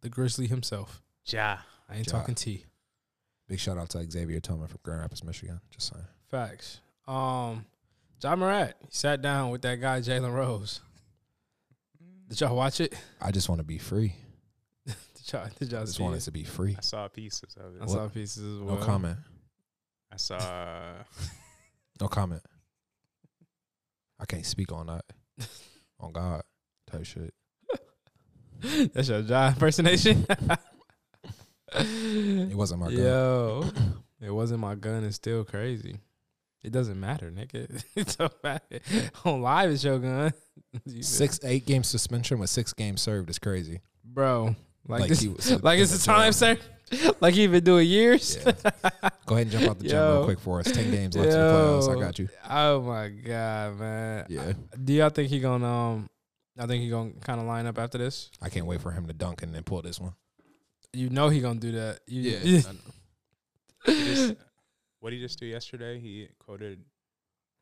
A: The Grizzly himself.
B: Ja.
A: I ain't
C: Ja.
A: talking tea.
C: Big shout out to Xavier Tillman from Grand Rapids, Michigan. Just saying.
A: Facts. Um, John Morant sat down with that guy Jalen Rose. Did y'all watch it?
C: I just want to be free.
A: Did y'all? Did
C: I
A: y'all
C: just
A: see
C: want
A: it?
C: us to be free.
B: I saw pieces of it.
A: I saw pieces as
C: No
A: well.
C: comment.
B: I saw. uh,
C: No comment. I can't speak on that. on God. Type shit.
A: That's your John impersonation.
C: It wasn't my God.
A: Yo, it wasn't my gun. It's still crazy. It doesn't matter, nigga. it don't matter. On live, it's your gun. You-
C: Six eight game suspension with six games served is crazy.
A: bro. Like,
C: Like
A: this,
C: he was in
A: like it's
C: the
A: a time, sir.
C: jail.
A: Like he been doing years.
C: Yeah. Go ahead and jump out the gym
A: Yo.
C: real quick for us. Ten games left in the playoffs.
A: Yo.
C: I got you.
A: Oh my god, man.
C: Yeah.
A: Do y'all think he gonna um? I think he gonna kind of line up after this.
C: I can't wait for him to dunk and then pull this one.
A: You know he gonna do that. You,
C: I know.
B: he just- what did he just do yesterday? He quoted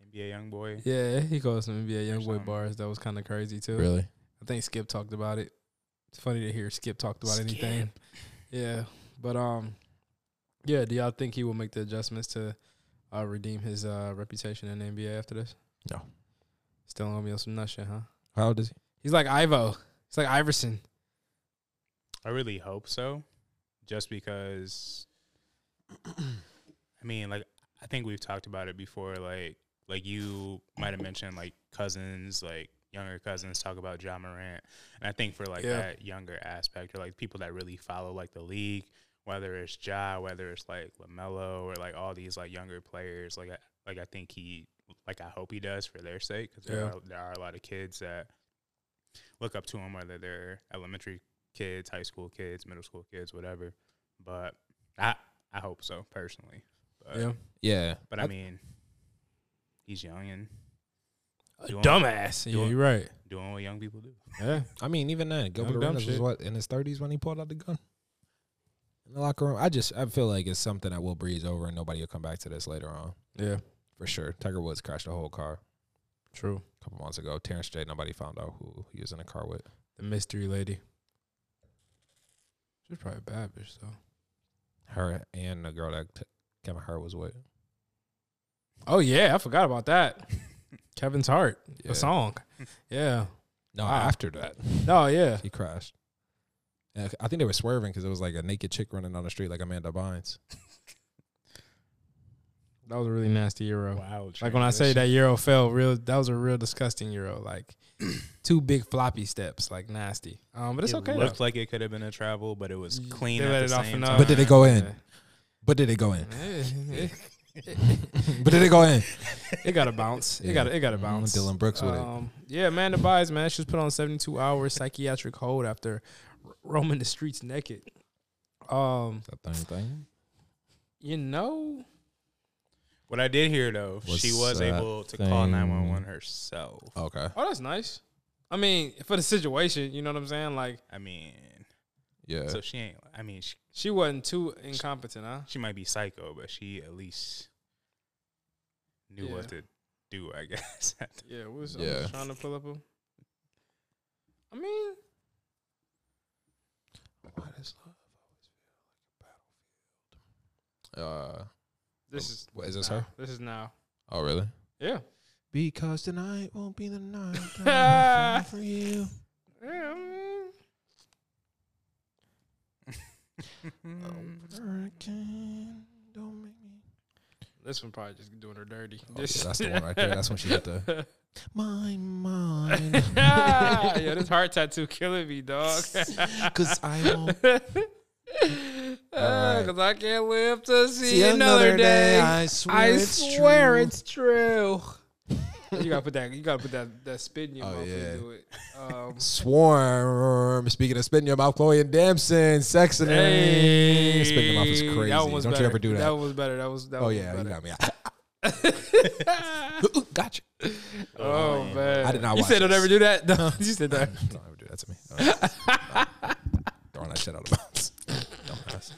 B: NBA YoungBoy.
A: yeah. He goes some NBA
B: Or
A: young boy
B: something.
A: bars. That was kind of crazy too.
C: Really?
A: I think Skip talked about it. It's funny to hear Skip talked about anything. Yeah, but um, yeah. Do y'all think he will make the adjustments to uh, redeem his uh, reputation in the NBA after this?
C: No.
A: Still gonna be on some nut shit, huh?
C: How does he?
A: He's like Ivo. He's like Iverson.
B: I really hope so, just because. I mean, like I think we've talked about it before. Like, like you might have mentioned, like cousins, like younger cousins, talk about John Morant, and I think for like
A: Yeah.
B: that younger aspect, or like people that really follow like the league, whether it's Ja, whether it's like Lamelo, or like all these like younger players, like I, like I think he, like I hope he does for their sake, because there
A: Yeah.
B: are there are a lot of kids that look up to him, whether they're elementary kids, high school kids, middle school kids, whatever. But I I hope so personally. But,
A: yeah.
C: Yeah,
B: but I, mean, he's young and doing,
A: Dumbass. Yeah,
B: doing-
A: you're right.
B: doing what young people do.
A: Yeah.
C: I mean, even then, Gilbert
A: Young dumb
C: Arenas was
A: shit.
C: what in his thirties when he pulled out the gun in the locker room. I just I feel like it's something that will breeze over and nobody will come back to this later on
A: Yeah.
C: for sure. Tiger Woods crashed a whole car
A: True.
C: a couple months ago. Terrence J. Nobody found out who he was in a car with.
A: The mystery lady. She's probably a bad bitch though.
C: Her and the girl that t- Kevin Hart was with.
A: Oh yeah, I forgot about that. Kevin's heart,
C: Yeah.
A: a song. Yeah.
C: No,
A: Wow.
C: after that
A: Oh yeah.
C: he crashed. And I think they were swerving because it was like a naked chick running down the street like Amanda Bynes.
A: That was a really nasty euro.
B: Wow.
A: Like when I say that euro fell, real that was a real disgusting euro. Like two big floppy steps, like nasty. Um, but it's
B: it
A: okay. though.
B: Looked like it could have been a travel, but it was
A: You-
B: clean
A: they
B: at
A: let
B: the
A: it off
B: same
A: enough.
B: time.
C: But did it go in? But did it go in?
A: Yeah.
C: But did it go in?
A: it got to bounce. It
C: Yeah.
A: got it got to
C: Mhm,
A: bounce.
C: Dylan Brooks with it.
A: um, Yeah, Amanda Bynes, man, she was put on seventy-two hour psychiatric hold after r- roaming the streets naked. Um,
C: That thing thing.
A: you know,
B: What I did hear though,
C: What's
B: she was
C: that
B: able to call
C: thing?
B: nine one one herself.
C: Okay.
A: oh, that's nice. I mean, for the situation, you know what I'm saying? Like,
B: I mean,
C: Yeah.
B: so she ain't. I mean, she,
A: she wasn't too incompetent, huh?
B: she might be psycho, but she at least knew what to do. I guess.
A: Yeah, we was, I
C: Yeah.
A: was trying to pull up a. I mean,
C: Uh,
A: this is
C: What, is this
A: now.
C: her?
A: This is now.
C: oh, really?
A: Yeah.
C: Because tonight won't be the night
A: that I
C: for you.
A: Yeah, I mean, Mm.
C: Don't make me.
A: this one probably just doing her dirty.
C: Oh, yeah, that's the one right there. That's when she hit the my mind.
A: Ah, yeah, this heart tattoo killing me, dog.
C: Cause I won't All right.
A: Because Ah, I can't live to see, another, day.
C: I swear,
A: I
C: it's
A: swear
C: true.
A: it's true. you gotta put that. You gotta put that that spit in your
C: Oh,
A: mouth
C: yeah.
A: to do it. Um,
C: Swarm. Speaking of spitting your mouth, Chloe and Damson, sexing her.
A: hey,
C: Spitting your mouth is crazy.
A: That one was
C: Don't
A: better.
C: you ever do that?
A: That one was better. That was. That
C: oh
A: one
C: yeah, you
A: was better.
C: got me.
A: oh,
C: Ooh, gotcha.
A: man,
C: Oh, I did not
A: You
C: watch
A: said don't
C: this.
A: ever do that. No, you said
C: Don't
A: that.
C: ever do that to me. Don't ever- Throwing that shit out of bounds. Dumbass.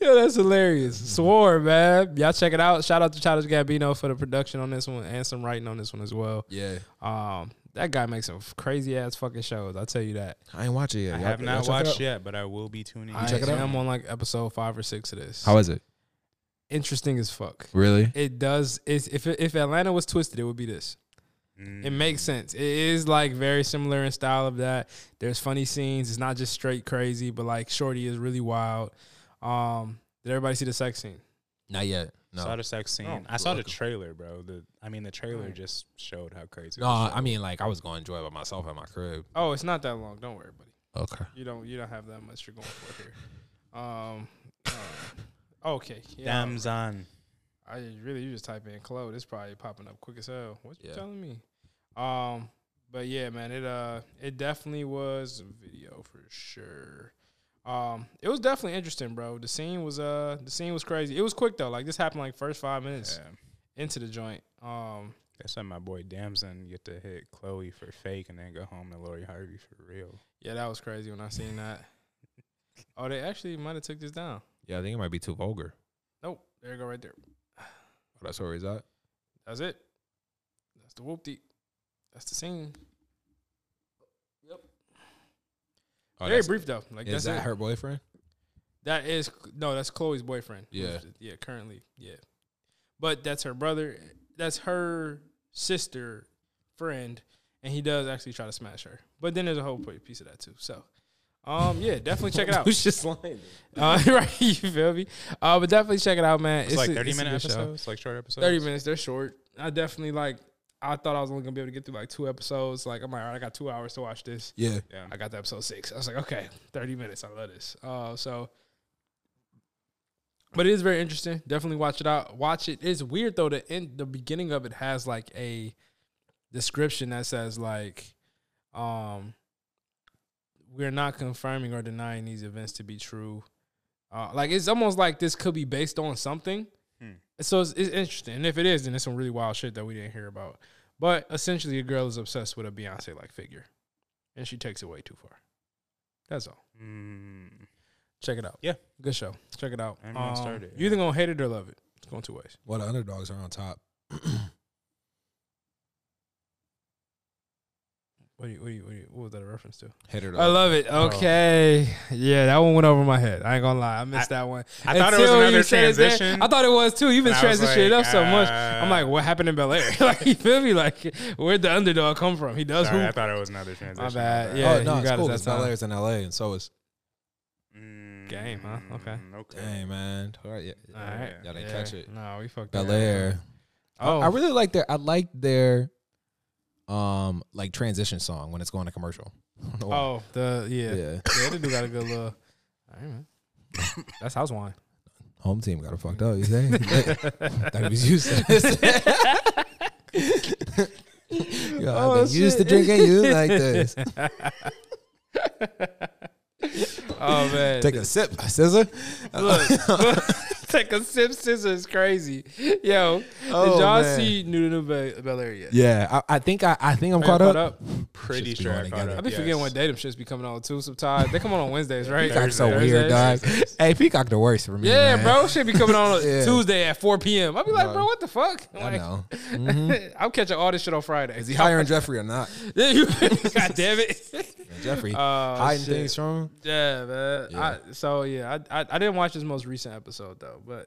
A: Yo, that's hilarious. Swore, man. Y'all check it out. Shout out to Childish Gambino for the production on this one and some writing on this one as well.
C: Yeah,
A: Um, that guy makes some crazy ass fucking shows. I'll tell you that.
C: I ain't watch it yet.
B: I
C: Y'all-
B: have
C: y'all
B: not
C: check it
B: watched
C: out?
B: yet, but I will be tuning.
A: I
B: in.
C: check it out?
A: am on like episode five or six of this.
C: How is it?
A: Interesting as fuck.
C: Really?
A: It does. It's, if if Atlanta was twisted, it would be this.
B: Mm.
A: It makes sense. It is like very similar in style of that. There's funny scenes. It's not just straight crazy, but like Shorty is really wild. Um, did everybody see the sex scene?
C: Not yet.
B: Saw
C: No.
B: the sex scene.
A: Oh,
B: I saw the
C: welcome.
B: trailer, bro. The I mean, the trailer
A: Mm.
B: just showed how crazy.
C: No,
B: the show
C: I mean like I was going to enjoy it by myself at my crib.
A: Oh, it's not that long. Don't worry, buddy.
C: Okay.
A: You don't you don't have that much you're going for here. Um, uh, okay.
B: was.
A: Yeah,
B: Damn-san.
A: I really you just type in Chloe. It's probably popping up quick as hell. What you
C: Yeah.
A: telling me? Um, but yeah, man, it uh it definitely was a video for sure. Um, it was definitely interesting, bro. The scene was uh the scene was crazy. It was quick though. Like this happened like first five minutes
B: Yeah.
A: into the joint. Um,
B: That's why my boy Damson get to hit Chloe for fake and then go home to Lori Harvey for real.
A: yeah, that was crazy when I seen that. Oh, they actually might have took this down.
C: Yeah, I think it might be too vulgar.
A: Nope, there you go right there.
C: Oh, that's where he's at.
A: That's it. That's the whoop deep. That's the scene. Yep.
C: Oh,
A: Very
C: that's-
A: brief though. Like
C: Is
A: that's
C: that
A: it.
C: her boyfriend?
A: That is no, that's Chloe's boyfriend.
C: Yeah.
A: yeah, currently, yeah. But that's her brother. That's her sister friend, and he does actually try to smash her. But then there's a whole p- piece of that too. So, um, yeah, definitely check it
B: Oh,
A: out.
C: Who's just lying?
A: Uh, right, you feel me? Uh, but definitely check it out, man.
B: It's, like
A: a-
B: 30
A: it's a
B: minute
A: good show.
B: episodes, like short episodes.
A: 30 minutes. They're short. I definitely like. I thought I was only gonna be able to get through like two episodes. Like I'm like, all right, I got two hours to watch this.
C: Yeah.
B: Yeah.
A: I got to episode six. I was like, okay, 30 minutes. I love this. Uh, so, but it is very interesting. Definitely watch it out. Watch it. It's weird though. The end, the beginning of it has like a description that says like, um, we're not confirming or denying these events to be true. Uh, like it's almost like this could be based on something.
B: Hmm.
A: So it's, it's interesting. And if it is, then it's some really wild shit that we didn't hear about. But essentially, a girl is obsessed with a Beyonce like figure and she takes it way too far. That's all.
B: Mm,
A: Check it out.
B: Yeah.
A: good show. Check it out.
B: I haven't even
A: Um,
B: started,
A: You either gonna hate it or love it. It's going two ways.
C: Well, the underdogs are on top.
A: What do you, what, do you, what, do you, what was that a reference to? Oh.
C: Hit it
A: I
C: up.
A: love it. Okay, yeah, that one went over my head. I ain't gonna lie, I missed that one.
B: I thought it was
A: Until you
B: another
A: said it there,
B: transition.
A: I thought it was too. You've been
B: and I was
A: transitioning it up
B: like,
A: so much.
B: uh,
A: I'm like, what happened in Bel Air? like, you feel me? Like, where'd the underdog come from? He does
B: Sorry, I
A: hoop.
B: thought it was another transition.
A: bad,
B: but-
A: yeah.
C: oh no,
A: you
C: it's
A: got us
C: cool.
A: that
C: It's LA.
A: time.
C: It's in LA, and so is.
B: Mm,
A: Game, huh? Okay.
B: Okay.
C: Hey man, all right, yeah,
A: All right,
C: Y'all didn't catch it.
A: No, we fucked
C: Bel
A: that up.
C: Air.
A: Oh,
C: I really like their. I like their, um, like transition song when it's going to commercial. I don't know why.
A: oh, the yeah, yeah.
C: yeah.
A: they do got a good little. All right, man. That's house wine.
C: Home team got it fucked up. You say that was used. To Yo,
A: Oh,
C: I've been used to
A: shit.
C: drinking you like this.
A: Oh man,
C: Take a sip, scissor.
A: look, look, take a sip. Scissor is crazy, yo.
C: Oh,
A: did y'all
C: man.
A: see New New Bel Bel Air yet?
C: Yeah, I, I think I, I think I'm
A: Are
C: caught
A: y'all
C: up.
B: Pretty
C: Shit's been
B: sure
C: going
B: I caught
C: together.
B: up.
A: I be forgetting
B: yes.
A: what day them shits be coming on too. Sometimes they come on on Wednesdays, right?
C: Peacock's so
A: Thursdays.
C: weird, dog. Hey, Peacock the worst for me.
A: Yeah,
C: man.
A: bro, shit be coming on
C: Yeah.
A: Tuesday at 4 p.m. I be like,
C: No.
A: bro, what the fuck? I'm
C: I
A: like,
C: know. Mm-hmm.
A: I'm catching all this shit on Friday.
C: Is he hiring Jeffrey or not?
A: Yeah, you- God damn it.
C: Jeffrey
A: Uh,
C: hiding
A: shit.
C: things from him.
A: Yeah, man.
C: Yeah.
A: I, so yeah, I, I I didn't watch his most recent episode though, but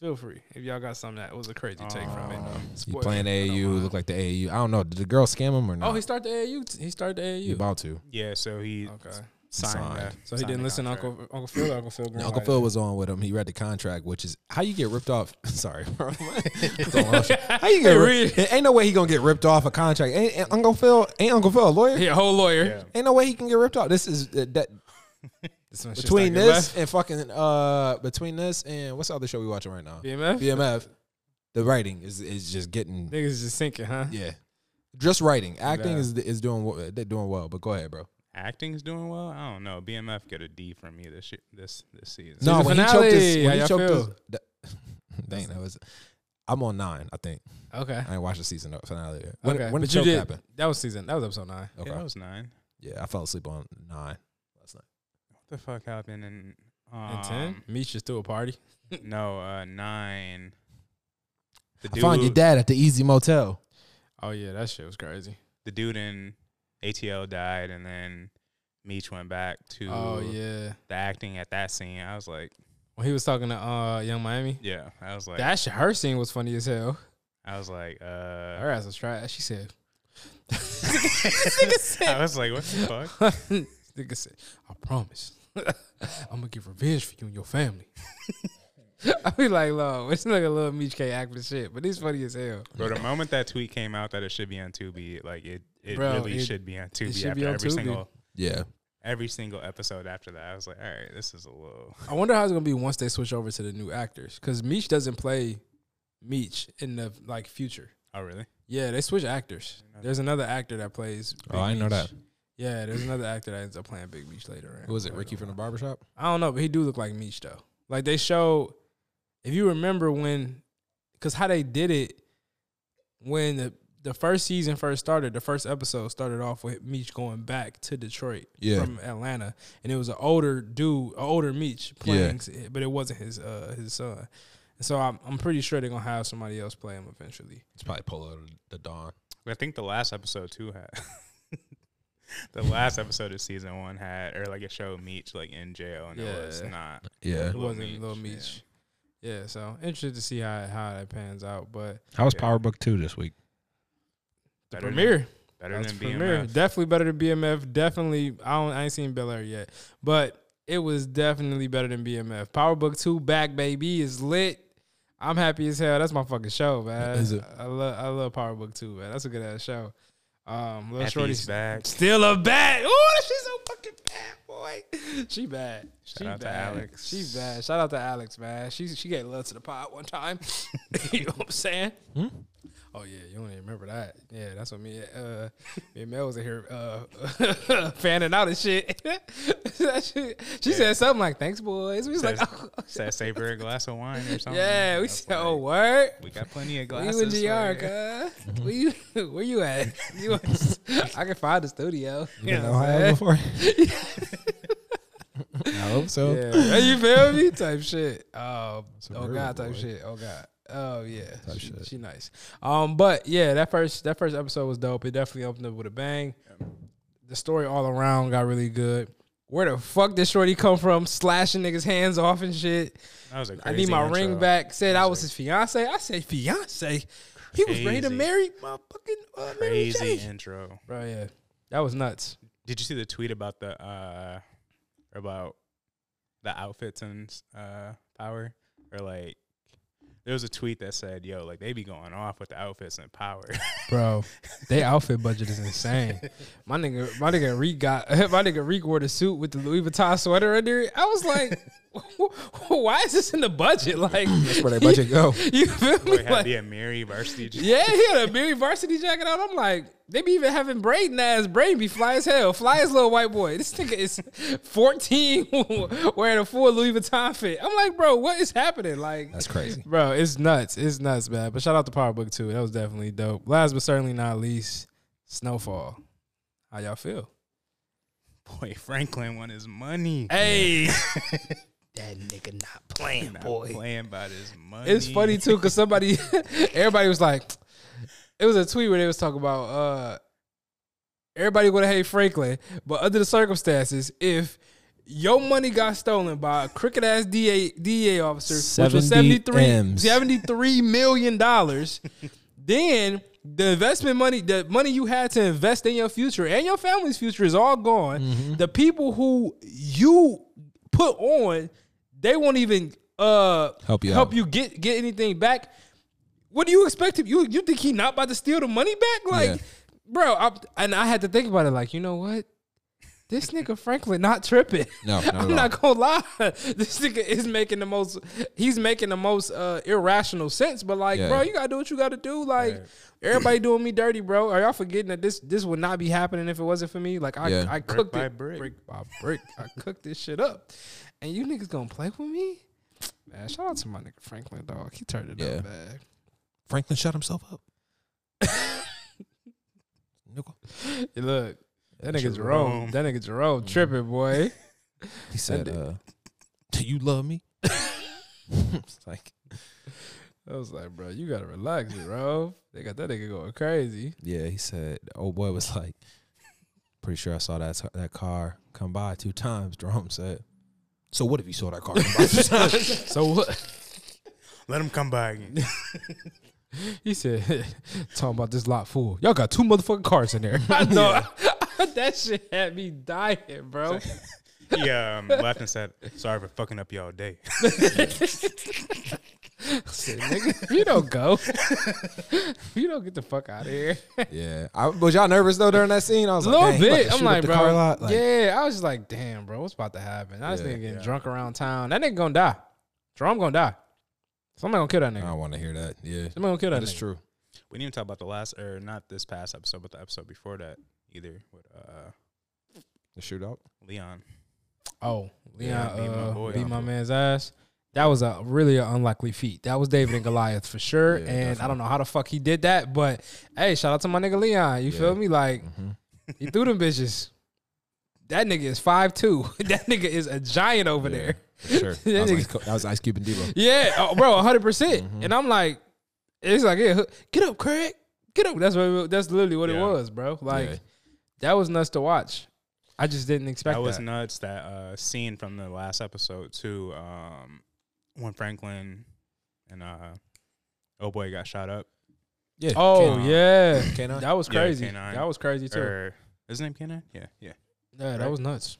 A: feel free if y'all got something that was a crazy take from it.
C: Oh, He
A: Spoiler,
C: playing
A: I don't
C: AAU.
A: mind.
C: Look like the AAU. I don't know. Did the girl scam him or not?
A: Oh, he started the AU. He started the
C: He
A: AU.
C: about to.
B: Yeah, so he
A: Okay,
B: signed.
C: Signed.
B: the-
A: so Oh, he
B: signed
A: didn't
B: the
A: listen to
B: contract.
A: Uncle Uncle Phil. Uncle Phil.
C: No,
A: green
C: Uncle
A: light.
C: Phil was on with him. He read the contract, which is how you get ripped off. Sorry, bro. It's all off. how you get
A: Hey,
C: ri-
A: read.
C: It Ain't no way he gonna get ripped off a contract. Ain't, ain't Uncle Phil? Ain't Uncle Phil a lawyer?
A: He a whole lawyer.
B: Yeah.
C: Ain't no way he can get ripped off. This is uh, that
A: This one's just
C: between
A: like
C: this and fucking uh between this and what's the other show we watching right now?
A: BMF, BMF?
C: BMF. The writing is is just getting
A: niggas just sinking, huh?
C: yeah. Just writing, acting
A: Yeah.
C: is is doing wo- they're doing well. But go ahead, bro.
B: Acting's doing well. I don't know. BMF get a D from me this year, this this season.
A: No, the finale. How y'all feel?
C: his, that, dang, that was. I'm on nine, I think.
A: Okay.
C: I ain't watched the season finale yet. When,
A: okay.
C: when
A: but
C: did
A: you
C: choke
A: did.
C: happen?
A: That was season. That was episode nine.
C: Okay.
B: Yeah, that was nine.
C: Yeah, I fell asleep on nine last night.
B: What the fuck happened in um,
A: And ten. Meach just threw a party.
B: No, uh, nine. The
C: I found your dad at the Easy Motel.
A: Oh yeah, that shit was crazy.
B: the dude in ATL died, and then Meech went back to
A: Oh yeah.
B: the acting at that scene. I was like,
A: When he was talking to uh Young Miami,
B: yeah, I was like,
A: that shit, her scene was funny as hell.
B: I was like, uh,
A: Her ass was trash. She said,
B: I was like, what the fuck?
A: Nigga said, I promise. I'm gonna get revenge for you and your family. I be like, Lord, it's like a little Meech K act for shit, but he's funny as hell.
B: Bro, the moment that tweet came out that it should be on Tubi, like it, it
A: Bro,
B: really
A: it-
B: should be on
A: should
B: Tubi
A: be
B: after
A: on
B: every
A: Tubi.
B: single
C: Yeah,
B: every single episode after that. I was like, all right, this is a little.
A: I wonder how it's gonna be once they switch over to the new actors, because Meech doesn't play Meech in the like future.
B: Oh really?
A: Yeah, they switch actors. There's another actor that plays. Big
C: Oh, I didn't know
A: Meech.
C: that.
A: Yeah, there's another actor that ends up playing Big Meech later.
C: who was it? Ricky from the barbershop.
A: I don't know, but he do look like Meech though. Like they show, if you remember when, because how they did it when the, the first season first started, the first episode started off with Meech going back to Detroit
C: Yeah.
A: from Atlanta, and it was an older dude, an older Meech playing, but it wasn't his uh, his son. And so I'm I'm pretty sure they're gonna have somebody else play him eventually.
C: It's probably Polo the Dawn.
B: I think the last episode too had the last episode of season one had, or like it showed Meech like in jail, and it was
A: Yeah.
B: not.
C: Yeah.
A: It
B: Lil
A: wasn't
B: Meech,
A: Little
B: yeah.
A: Meech. Yeah. so interested to see how how that pans out, but
C: How was
B: Yeah.
C: Power Book Two this week?
A: the
B: Better than-
A: premiere.
B: Better
A: That's
B: than
A: premier.
B: BMF.
A: Definitely better than BMF. Definitely, I don't, I ain't seen Bel Air yet, but it was definitely better than BMF. Power Book Two back, baby, is lit. I'm happy as hell. That's my fucking show, man.
C: Is it?
A: I love, I love Power Book Two, man. That's a good ass show. Um, Lil
B: Shorty's
A: Shorty's
B: back.
A: still a bad. Oh, she's so fucking bad, boy. She bad.
B: Shout
A: she
B: out to
A: bad.
B: Alex.
A: She bad. Shout out to Alex, man. She she gave love to the pod one time. you know what I'm saying?
C: Hmm?
A: Oh yeah, you don't even remember that. Yeah, that's what me uh me and Mel was in here uh fanning out and shit. That shit- she
B: Yeah.
A: said something like, Thanks boys. We was like,
B: Says-
A: oh,
B: Said save her a glass of wine or something.
A: Yeah, we
B: That's
A: said, Oh
B: like,
A: word.
B: we got plenty of
A: We
B: glasses.
A: with
B: for
A: GR,
B: you."
A: cuz. Where you where you at? You want- I can find the studio.
C: You been
A: know
C: to
A: what
C: Ohio
A: I'm saying?
C: before? I hope so.
A: Yeah, you feel me? Type shit. Um,
C: a
A: oh
C: real
A: god, type
C: boy.
A: shit. Oh god. Oh yeah,
C: Type
A: she,
C: shit.
A: she nice. Um, but yeah, that first that first episode was dope. It definitely opened up with a bang. The story all around got really good. Where the fuck did Shorty come from? Slashing niggas' hands off and shit.
B: That was a
A: I
B: crazy
A: need my
B: intro.
A: ring back. Said I was his fiance. I say fiance. He was ready to
B: Crazy.
A: marry my fucking uh, Mary
B: Crazy
A: J.
B: intro.
A: Bro, yeah, that was nuts.
B: Did you see the tweet about the uh about the outfits and uh power or like there was a tweet that said, "Yo, like they be going off with the outfits and power."
A: Bro, they outfit budget is insane. My nigga, my nigga Reek got my nigga Reek wore the suit with the Louis Vuitton sweater under it. I was like, wh- why is this in the budget? Like, that's
C: Where their budget go?
A: You feel
B: Boy
A: me?
B: had
A: Like,
B: the Amiri varsity. j-
A: yeah, he had a Mary varsity jacket on. I'm like, they be even having braiding ass braid be fly as hell, fly as little white boy. This nigga is 14 wearing a full Louis Vuitton fit. I'm like, bro, what is happening? Like,
C: That's crazy.
A: Bro, it's nuts. It's nuts, man. But shout out to Power Book too. That was definitely dope. Last but certainly not least, Snowfall. How y'all feel?
B: Boy, Franklin won his money.
A: Hey, that nigga not playing,
B: Not playing about his money.
A: It's funny too because somebody, everybody was like, it was a tweet where they was talking about uh, everybody would hate Franklin, but under the circumstances, if your money got stolen by a crooked ass DA DA officer, which was
C: 70
A: 73,
C: M's.
A: 73 million dollars, then the investment money, the money you had to invest in your future and your family's future is all gone.
C: Mm-hmm.
A: The people who you put on, they won't even uh
C: Help you
A: help
C: out.
A: you get get anything back. What do you expect him? You you think he not about to steal the money back? Like,
C: Yeah.
A: bro, I, and I had to think about it. Like, you know what? This nigga Franklin not tripping.
C: No, not
A: I'm
C: at
A: not gonna lie. This nigga is making the most. He's making the most uh, irrational sense. But like,
C: Yeah.
A: bro, you gotta do what you gotta do. Like, everybody doing me dirty, bro. Are y'all forgetting that this this would not be happening if it wasn't for me? Like, I
C: Yeah.
A: I
B: Brick
A: cooked
B: by
A: it
B: brick.
A: brick by brick. I cooked this shit up, and you niggas gonna play with me? Man, shout out to my nigga Franklin, dog. He turned it
C: Yeah.
A: up, man.
C: Franklin shut himself up.
A: Hey, look, that nigga
B: Jerome.
A: Jerome. That nigga Jerome tripping, boy.
C: He said,
A: That
C: uh, "Do you love me?" it's like,
A: I was like, bro, you gotta relax, bro. They got that nigga going crazy.
C: yeah. He said, the "Old boy was like, pretty sure I saw that that car come by two times." Jerome said, "So what if you saw that car come by two times?"
A: So what?
B: Let him come by again.
A: He said, talking about this lot full. Y'all got two motherfucking cars in there. I know. that shit had me dying, bro.
B: he um, left and said, "Sorry for fucking up y'all day."
A: I said, nigga, you don't go. you don't get the fuck out of here.
C: yeah. I, was y'all nervous though during that scene? I was
A: A little
C: like, "Dang, he about to
A: bit. I'm
C: shoot up
A: like,
C: the
A: bro.
C: car lot." Like,
A: yeah, I was just like, damn, bro, what's about to happen? I was
C: Yeah.
A: nigga getting drunk around town. That nigga gonna die. Jerome gonna die. Somebody gonna kill that
C: I
A: nigga.
C: don't want to hear that. Yeah,
A: Somebody gonna kill that
C: Oh. that is
A: nigga.
C: true.
B: We didn't even talk about the last, or not this past episode, but the episode before that either with uh,
C: The shootout.
B: Leon.
A: Oh, Leon
B: Yeah, beat my
A: uh,
B: boy
A: beat
B: up.
A: my man's ass. That was a really an unlikely feat. That was David and Goliath for sure.
C: Yeah,
A: and I don't know how the fuck he did that, but hey, shout out to my nigga Leon. You feel
C: Yeah.
A: me? Like
C: Mm-hmm.
A: he threw them bitches. That nigga is five two. that nigga is a giant over
C: Yeah.
A: there.
C: Sure.
A: That
C: that, was
A: nigga-
C: Ice, Co- that was Ice Cube and Debo.
A: Yeah, oh, bro, 100 percent.
B: Mm-hmm.
C: Mhm.
A: And I'm like, it's like, yeah, get up, Craig, get up. That's what that's literally what it
B: Yeah.
A: was, bro. Like
C: Yeah.
A: That was nuts to watch. I just didn't expect
B: that
A: that.
B: was nuts. That uh, scene from the last episode too, um, when Franklin and uh, oh boy got shot up.
C: Yeah.
A: oh
B: K9.
A: yeah,
C: K9?
A: that was
B: Yeah,
A: crazy.
B: K9.
A: that was crazy too.
B: Or Er, is his name K9? Yeah, yeah.
A: yeah, that
B: right.
A: was nuts.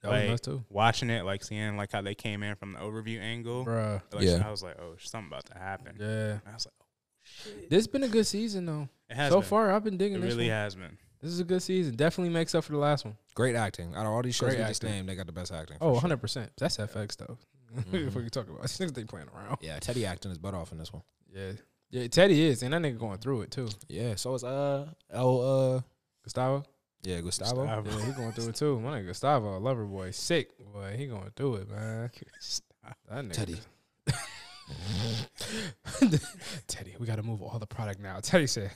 A: That
B: Like,
A: was nuts too,
B: Watching it, like seeing like how they came in from the overview angle.
A: Bruh.
B: Like,
C: Yeah.
B: I was like, oh, something about to happen.
A: Yeah,
B: I was like,
A: this has been a good season though.
B: it has
A: so
B: been.
A: far, I've been digging
B: It
A: this.
B: really
A: one.
B: has been.
A: This is a good season. Definitely makes up for the last one.
C: Great acting. Out of all these shows
A: Great
C: we just
A: acting.
C: named, they got the best acting. for
A: Oh,
C: sure.
A: 100 percent. That's FX though.
B: Mm-hmm.
A: if we can talk about things they playing around.
C: Yeah, Teddy acting his butt off in this one.
A: Yeah, yeah. Teddy is, and that nigga going through it too.
C: Yeah, so it's uh oh uh
A: Gustavo,
C: yeah, Gustavo.
B: Gustavo.
A: yeah, he going through it too. My nigga Gustavo, a lover boy, sick boy. He going through it, man. That nigga.
C: Teddy.
A: Teddy, we got to move all the product now. Teddy said,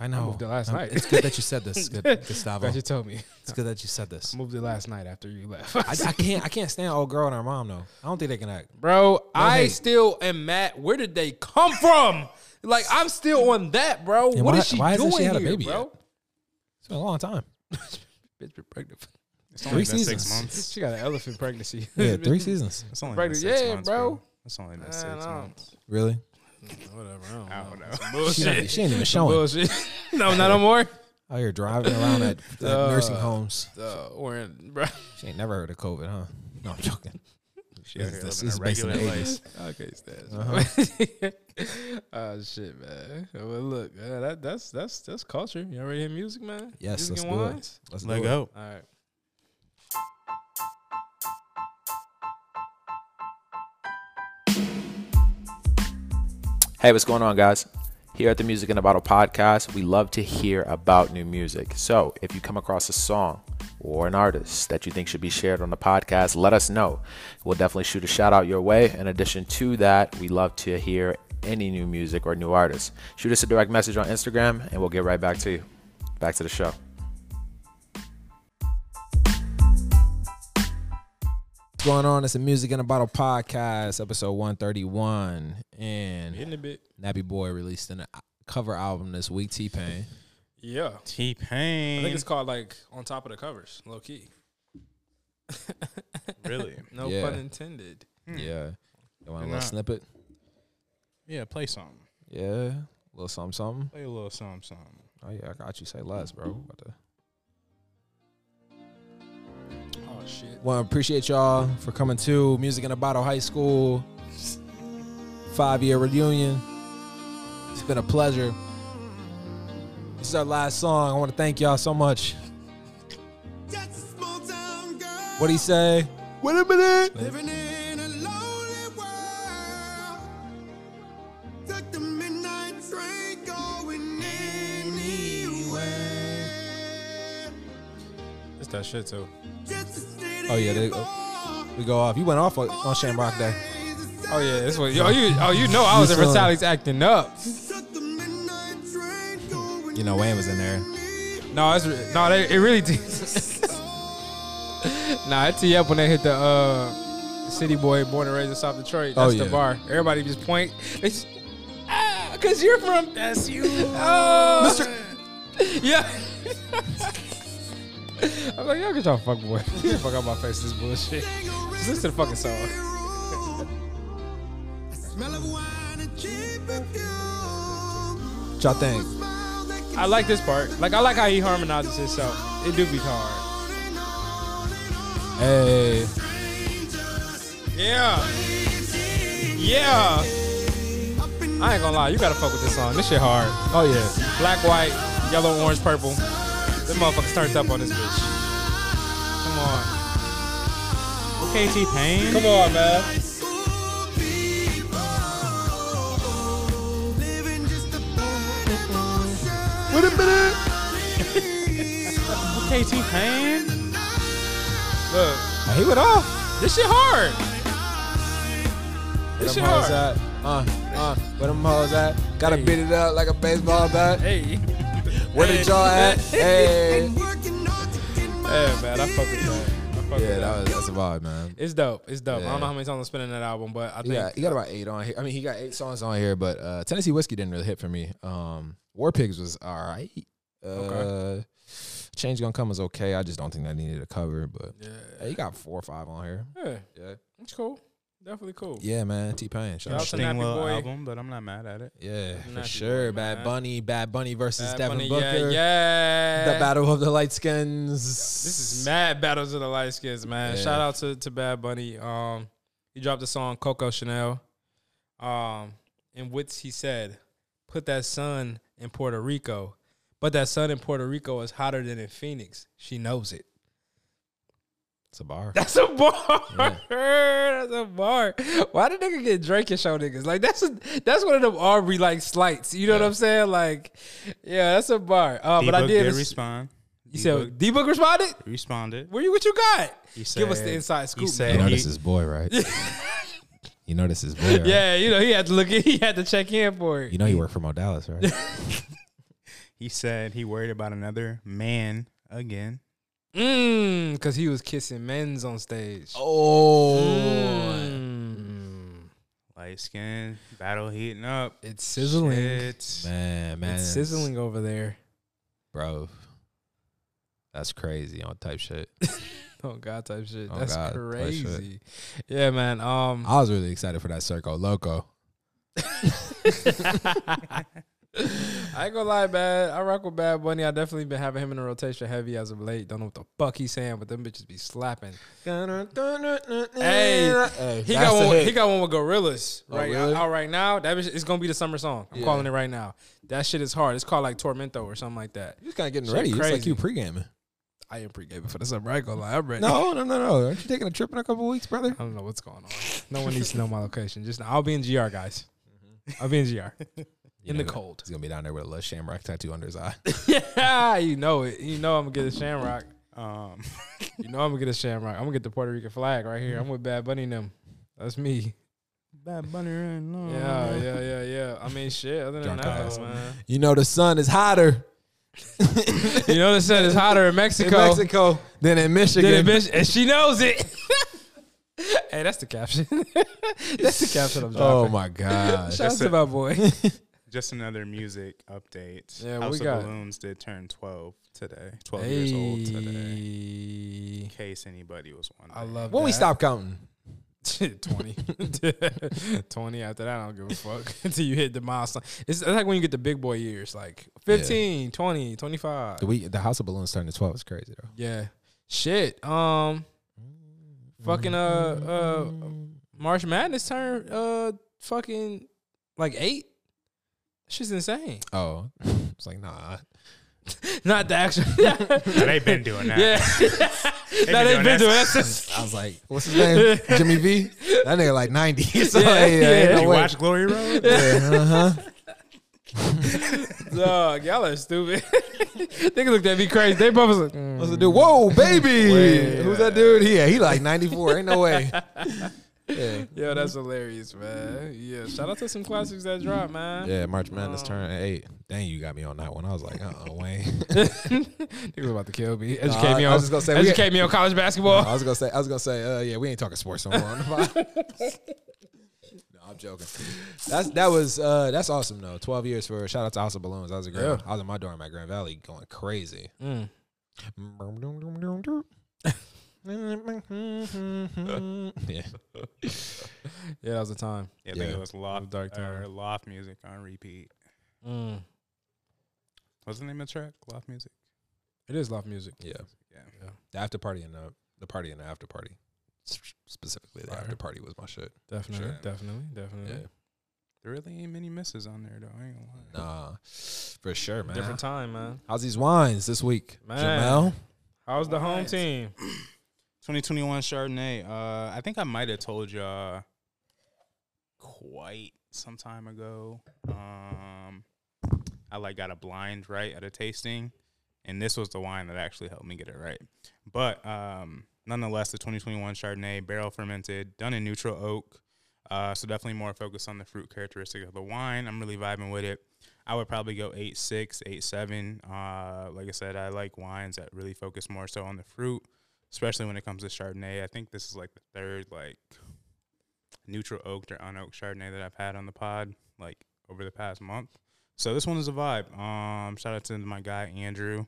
C: I
A: I moved it last
C: Um,
A: night.
C: It's good that you said this, good, Gustavo.
A: "Glad you told me.
C: It's good that you said this.
A: I moved it last night after you left."
C: I, I can't I can't stand old girl and her mom though. I don't think they can act.
A: Bro, I
C: hate.
A: still am mad. Where did they come from? Like I'm still on that, bro. What is
C: And why-
A: she
C: why
A: doing
C: hasn't she had a
A: here,
C: baby
A: bro?
C: It's been a long time.
A: Bitch been pregnant.
B: It's only
C: Three
B: been six
C: seasons.
B: months.
A: She got an elephant pregnancy.
C: Yeah, three seasons.
B: It's only been
A: Pregnant-
B: six
A: yeah,
B: months,
A: bro.
B: It's only been
A: Man,
B: six
A: I don't-
B: months.
C: Really?
A: Whatever.
B: I don't know.
C: She ain't, she ain't even showing.
A: Bullshit. no, not no more.
C: Out here driving around at the
A: Uh,
C: nursing homes.
A: Uh, we're in, bro.
C: She ain't never heard of COVID, huh? No, I'm joking.
B: She out
C: This-
B: here
C: this
B: living
C: is
B: a
C: based in
B: regular
C: the
B: life.
A: Okay, Stats.
C: Uh-huh.
A: oh shit, man. Well, look, uh, that that's that's that's culture. You all ready to hear music, man?
C: Yes,
A: music
C: let's
A: and
C: do it.
A: wines?
C: Let's
B: Let
C: do
B: go.
A: All right.
E: Hey, what's going on, guys? Here at the Music in a Bottle podcast, we love to hear about new music. So if you come across a song or an artist that you think should be shared on the podcast, let us know. We'll definitely shoot a shout out your way. In addition to that, we love to hear any new music or new artists. Shoot us a direct message on Instagram and we'll get right back to you. Back to the show.
C: What's going on? It's the Music in a Bottle podcast, episode 131. And
A: In a bit.
C: Nappy Boy released an a- cover album this week, T Pain.
A: Yeah.
B: T
A: I think
B: Pain.
A: it's called like on top of the covers, low key.
B: Really?
A: No
C: Yeah.
A: pun intended.
B: Mm.
C: Yeah. You want a
B: They're
C: little
B: not-
C: snippet?
B: Yeah, play something.
C: Yeah. A little something, something.
B: Play a little something, something.
C: Oh, yeah, I got you. Say less, bro. What the-
A: Oh shit.
C: Well, appreciate y'all for coming to Music in a Bottle High School five year reunion. It's been a pleasure. This is our last song. I want to thank y'all so much. What do you say? Wait a minute.
F: Living in a lonely world. Took the midnight train going anywhere.
A: It's that shit too.
F: Just a city
C: Oh, yeah, they-
F: boy.
C: We go off. You went off on on Shamrock Day.
A: Oh yeah, this what yo you oh you know I was in
C: This one.
A: Versailles acting up.
F: Took the midnight train going
C: You know, Wayne was in there.
A: No, it's re- no they, it really did. nah, it tee up when they hit the uh City Boy born and raised in South Detroit.
C: Oh,
A: That's the
C: yeah.
A: bar. Everybody just point. They just, ah, cause you're from That's you. Oh Yeah. I was like, y'all get y'all fuck boy. Get the fuck out my face this bullshit. Just listen to the fucking song.
F: Smell of wine and cheap perfume.
C: What y'all think?
F: Smile that can
A: I like this part. Like I like how he harmonizes himself. It do be hard.
F: on and on and on.
C: Hey.
A: Yeah. Yeah. I ain't gonna lie, you gotta fuck with this song. This shit hard.
C: Oh, yeah.
A: Black, white, yellow, orange, purple. This motherfuckers turned up on this bitch. Come on.
B: Okay, T Pain.
A: Come on, man.
F: Living just a bad emotion.
B: Okay, T Pain.
A: Look,
C: He went off.
A: this shit hard. This shit
C: Where them hoes
A: hard.
C: at? Uh, uh, where them hoes at? Gotta beat it up like a baseball bat.
A: Hey.
C: Where the jaw at? Hey.
A: Hey, man, I fuck with that. I fuck with
C: Yeah,
A: that.
C: that was that's a vibe, man.
A: it's dope. It's dope. I
C: Yeah.
A: don't know how many songs I'm spinning that album, but I think
C: Yeah, he got about eight on here. I mean, he got eight songs on here, but uh, Tennessee whiskey didn't really hit for me. Um, War Pigs was all right. Uh,
A: Okay.
C: Change Gonna Come is okay. I just don't think that needed a cover, but hey, you got four or five on here.
A: Yeah,
C: Yeah.
A: it's cool. Definitely cool.
C: Yeah, man. T Pain.
A: Shout out to
B: Interesting
A: Nappy
B: little
A: Boy.
B: album, but I'm not mad at it.
C: Yeah, for
A: Nasty
C: sure.
A: boy,
C: Bad
A: man.
C: Bunny, Bad Bunny versus
A: Bad
C: Devin
A: Bunny,
C: Booker.
A: Yeah, yeah.
C: The battle of the light skins.
A: This is mad battles of the light skins, man.
C: Yeah.
A: Shout out to, to Bad Bunny. Um, he dropped the song Coco Chanel. Um, in which he said, "Put that sun in Puerto Rico, but that sun in Puerto Rico is hotter than in Phoenix. She knows it."
C: It's a bar.
A: That's a bar. that's a bar. Why did nigga get Drake and show niggas? Like that's a, that's one of them Aubrey like slights. You know what I'm saying? Like, yeah, that's a bar. Uh, but I
B: D-Book
A: did.
B: respond.
A: you
B: D-Book
A: said D Book responded.
B: responded.
A: Where you? What you got?
B: He
A: Give us
B: said-
A: the inside
B: He
A: scoop.
B: said,
C: You know
B: he-
C: this is boy, right? you know this is boy. Right?
A: Yeah, you know he had to look. He had to check in for it.
C: You know you work for Mo Dallas, right?
B: he said he worried about another man again.
A: Mmm, because he was kissing men's on stage.
C: oh.
A: Mm.
B: Light skin, battle heating up.
A: It's sizzling.
B: Shit.
C: Man, man.
A: It's sizzling over there.
C: Bro. That's crazy on type shit.
A: Oh God, type shit.
C: Oh,
A: That's
C: God, type shit.
A: crazy. Yeah, man. Um,
C: I was really excited for that Circo Loco.
A: I ain't gonna lie, bad. I rock with Bad Bunny. I definitely been having him in the rotation heavy as of late. Don't know what the fuck he's saying, but them bitches be slapping. Hey, he
C: that's
A: got
C: the
A: one.
C: hit.
A: He got one with Gorillas
C: Oh,
A: right
C: really?
A: out right now. That bitch, it's gonna be the summer song. I'm
C: Yeah.
A: calling it right now. That shit is hard. It's called like Tormento or something like that.
C: You just kind of getting
A: Shit
C: ready. It's like
A: crazy.
C: you pre-gaming.
A: I am pre gaming for the summer. I ain't gonna lie. I'm ready.
C: No, no, no, no. Aren't you taking a trip in a couple weeks, brother?
A: I don't know what's going on. No one needs to know my location. Just I'll be in GR, guys.
C: Mm-hmm.
A: I'll be in GR in the cold.
C: He's gonna be down there with a little shamrock tattoo under his eye.
A: yeah, you know it. You know I'm gonna get a shamrock.
B: Um,
A: You know I'm gonna get a shamrock. I'm gonna get the Puerto Rican flag right here. I'm with Bad Bunny and them. That's me.
B: Bad Bunny right now.
A: Yeah, yeah, yeah, yeah. I mean, shit. Other than
C: Drunk
A: that,
C: eyes.
A: though, man.
C: You know the sun is hotter
A: You know what I'm saying? It's hotter in
C: in
A: Mexico.
C: Mexico than in Michigan.
A: Did it, bitch, and she knows it. hey, that's the caption. that's the caption I'm
C: oh
A: dropping.
C: my god!
A: Shout
B: That's
A: out to
B: it.
A: my boy.
B: Just another music update.
A: Yeah, what
B: House
A: we
B: of
A: got?
B: Balloons did turn 12 today. 12 years old today. In case anybody was wondering.
A: I love
C: e- when we
A: that.
C: stop counting,
A: 20. 20 after that, I don't give a fuck until you hit the milestone. It's like when you get the big boy years, like 15, 20, 25.
C: the we the House of Balloons turned to twelve. It's crazy though.
A: Yeah. Shit. Um fucking uh uh March Madness turned uh fucking like 8. Shit's insane.
C: Oh, it's like nah.
A: Not the actual.
B: Now, they've been doing that.
A: Yeah. no, they've
B: doing
A: been
B: that
A: doing that.
C: I was like, what's his name? Jimmy V. That nigga like ninety. so yeah, yeah, ain't
A: yeah.
C: no
B: You
C: way.
B: watch Glory Road?
A: Dog, y'all are stupid. Nigga looked at me crazy. They both was like, mm.
C: What's the dude? Whoa, baby!
A: Wait.
C: Who's that dude? Yeah, he like ninety four. Ain't no way. Yeah.
A: yo, that's hilarious, man. Yeah, shout out to some classics that dropped, man.
C: Yeah, March Madness turned at eight. Dang, you got me on that one. I was like, uh uh Wayne.
A: Nigga was about to kill me. Educate
C: Nah, I-
A: me
C: I
A: on,
C: was just gonna say, we-
A: educate me on college basketball.
C: I was gonna say, I was gonna say, uh, yeah, we ain't talking sports no more on the podcast. no, I'm joking. That's that was uh, that's awesome though. Twelve years for shout out to House of Balloons. I was a great.
A: Yeah.
C: I was in my dorm at Grand Valley going crazy.
A: Mm.
C: yeah,
A: Yeah, that was the time.
B: Yeah, I think
C: Yeah.
B: it was Loft,
A: Dark Tower.
B: or Loft Music on repeat.
A: Mm.
B: What's the name of the track? Loft Music?
A: It is love music.
C: yeah.
B: Yeah.
C: The after party and the the party and the after party, specifically the
A: Fire.
C: after party was my shit.
A: Definitely,
C: Sure.
A: definitely, definitely.
C: Yeah,
B: There really ain't many misses on there, though. I ain't gonna lie.
C: nah, for sure, man.
A: Different time, man.
C: How's these wines this week,
A: Man.
C: Jamel?
A: How's the home
B: Alright.
A: team?
B: 2021 Chardonnay. Uh, I think I might have told y'all quite some time ago. Um, I like got a blind right at a tasting, and this was the wine that actually helped me get it right. But um, nonetheless, the 2021 Chardonnay, barrel fermented, done in neutral oak. Uh, so definitely more focused on the fruit characteristic of the wine. I'm really vibing with it. I would probably go eight six, eight seven. Uh, like I said, I like wines that really focus more so on the fruit especially when it comes to Chardonnay. I think this is like the third like neutral oaked or unoaked Chardonnay that I've had on the pod like over the past month. So this one is a vibe. Um, shout out to my guy Andrew.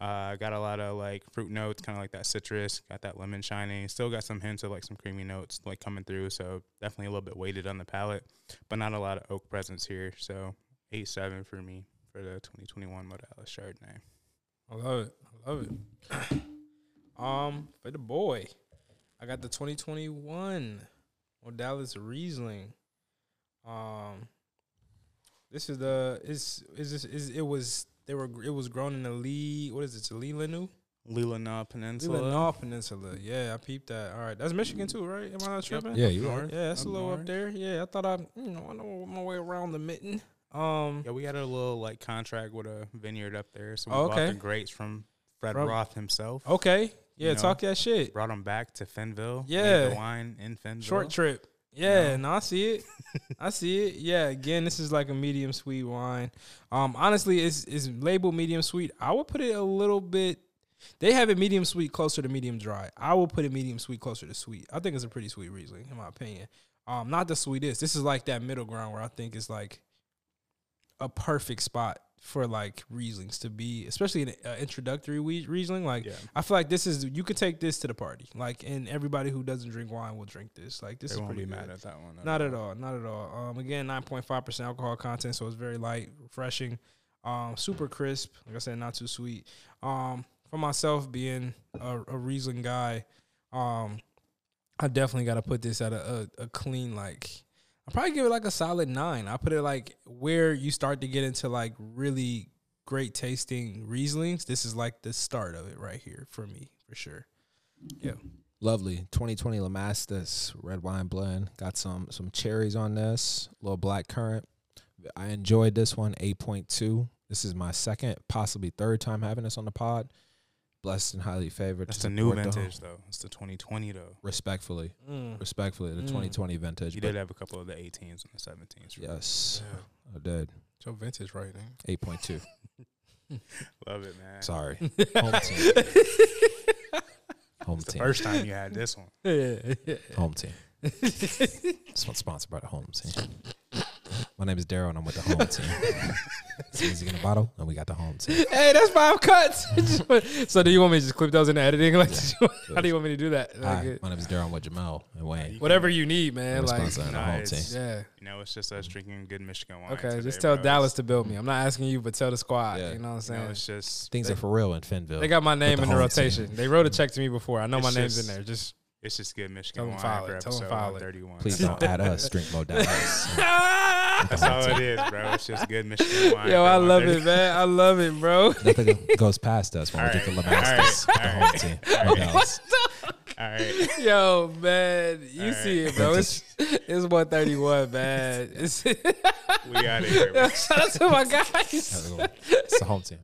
B: Uh, got a lot of like fruit notes, kind of like that citrus. Got that lemon shiny. Still got some hints of like some creamy notes like coming through. So definitely a little bit weighted on the palate, but not a lot of oak presence here. So eight seven for me for the 2021 Modalis Chardonnay.
A: I love it. I love it. um, for the boy, I got the 2021 Dallas Riesling. Um, this is the is is this is it was they were it was grown in the Lee what is it Leelanau
B: Leelanau Peninsula.
A: Leelanau Peninsula. Yeah, I peeped that. All right, that's Michigan too, right? Am I not tripping?
C: Yeah, you
B: North.
C: are.
A: Yeah, that's a
B: Up
A: little up
B: north.
A: there. Yeah, I thought I you know I know my way around the mitten. Um,
B: Yeah, we had a little like contract with a vineyard up there, so we
A: Oh,
B: bought
A: okay.
B: the grapes from Fred
A: From- Oh.
B: Roth himself.
A: okay, yeah,
B: You know,
A: talk that shit.
B: Brought them back to Fenville. made
A: Yeah.
B: the wine in Fenville.
A: Short trip. Yeah, no, I see it. I see it. Yeah, again, this is like a medium sweet wine. Um, honestly, it's it's labeled medium sweet. I would put it a little bit. They have it medium sweet closer to medium dry. I will put it medium sweet closer to sweet. I think it's a pretty sweet Riesling, in my opinion. Um, not the sweetest. This is like that middle ground where I think it's like a perfect spot for like Rieslings to be, especially an uh, introductory Wee- Riesling. Like
B: Yeah.
A: I feel like this is you could take this to the party, like, and everybody who doesn't drink wine will drink this. Like this
B: They
A: is
B: won't
A: pretty
B: be
A: good.
B: mad at that one.
A: Not at all. Not at all. Um, again, nine point five percent alcohol content, so it's very light, refreshing, um, super crisp. Like I said, not too sweet. Um, for myself, being a, a Riesling guy, um, I definitely got to put this at a, a, a clean like. I probably give it like a solid nine. I put it like where you start to get into like really great tasting Rieslings. This is like the start of it right here for me, for sure.
C: Lovely. 2020 Lamastas red wine blend. Got some some cherries on this, little black currant. I enjoyed this one 8.2. This is my second, possibly third time having this on the pod. Blessed and highly favored.
B: That's
C: to
B: the new
C: support the home.
B: vintage though. It's the 2020 though.
C: Respectfully,
A: Mm.
C: respectfully, the
A: Mm.
C: 2020 vintage.
B: You
C: but
B: did have a couple of the 18s and the 17s. for me.
C: Yes, I did.
A: So vintage writing.
C: 8.2.
B: Love it, man.
C: Sorry, home team, home
B: It's the
C: team,
B: first time you had this one.
C: home team. This one's sponsored by the home team. My name is Daryl, and I'm with the home team. It's music in a bottle, and we got the home team.
A: hey, that's five cuts. so do you want me to just clip those in the editing? Like, how do you want me to do that? Like,
C: Hi,
A: it-
C: my name is Daryl. I'm with Jamel and Wayne.
A: whatever you need,
C: We're
A: man. Like,
C: sponsored by the
B: Nah,
C: home team.
B: it's-
A: yeah.
B: You know, it's just us
C: Mm.
B: drinking good Michigan wine.
A: Okay,
B: today,
A: just tell
B: bro.
A: Dallas to build me. I'm not asking you, but tell the squad.
C: Yeah.
A: You know what I'm
B: You
A: saying?
B: know, it's just
C: Things
B: they-
C: are for real in Finville.
A: they got my name
C: the
A: in the
C: home
A: rotation. They wrote a check to me before. I know my
B: It's
A: name's in
B: just-
A: there. Just
B: it's just good Michigan
A: Tell 'em
B: wine
A: file
B: for
A: it, tell 'em
B: episode
A: file it.
B: 31.
C: Please
B: That's
C: don't
B: all
C: add
B: it
C: us.
B: is.
C: Drink Mo Dallas.
B: That's all it is, bro. It's just good Michigan wine.
A: yo,
B: for
A: I love
B: 131.
A: it, man. I love it, bro.
C: Nothing goes past us when we get the
B: All right,
C: Lamastas.
B: all
C: The
B: right,
C: home team. Mo Dallas.
B: All right.
A: Yo, man, you
B: All
A: see
B: right.
A: it, bro. It's it's 131, man. It's,
B: We out of here, bro.
A: shout out to my guys.
C: It's the home team.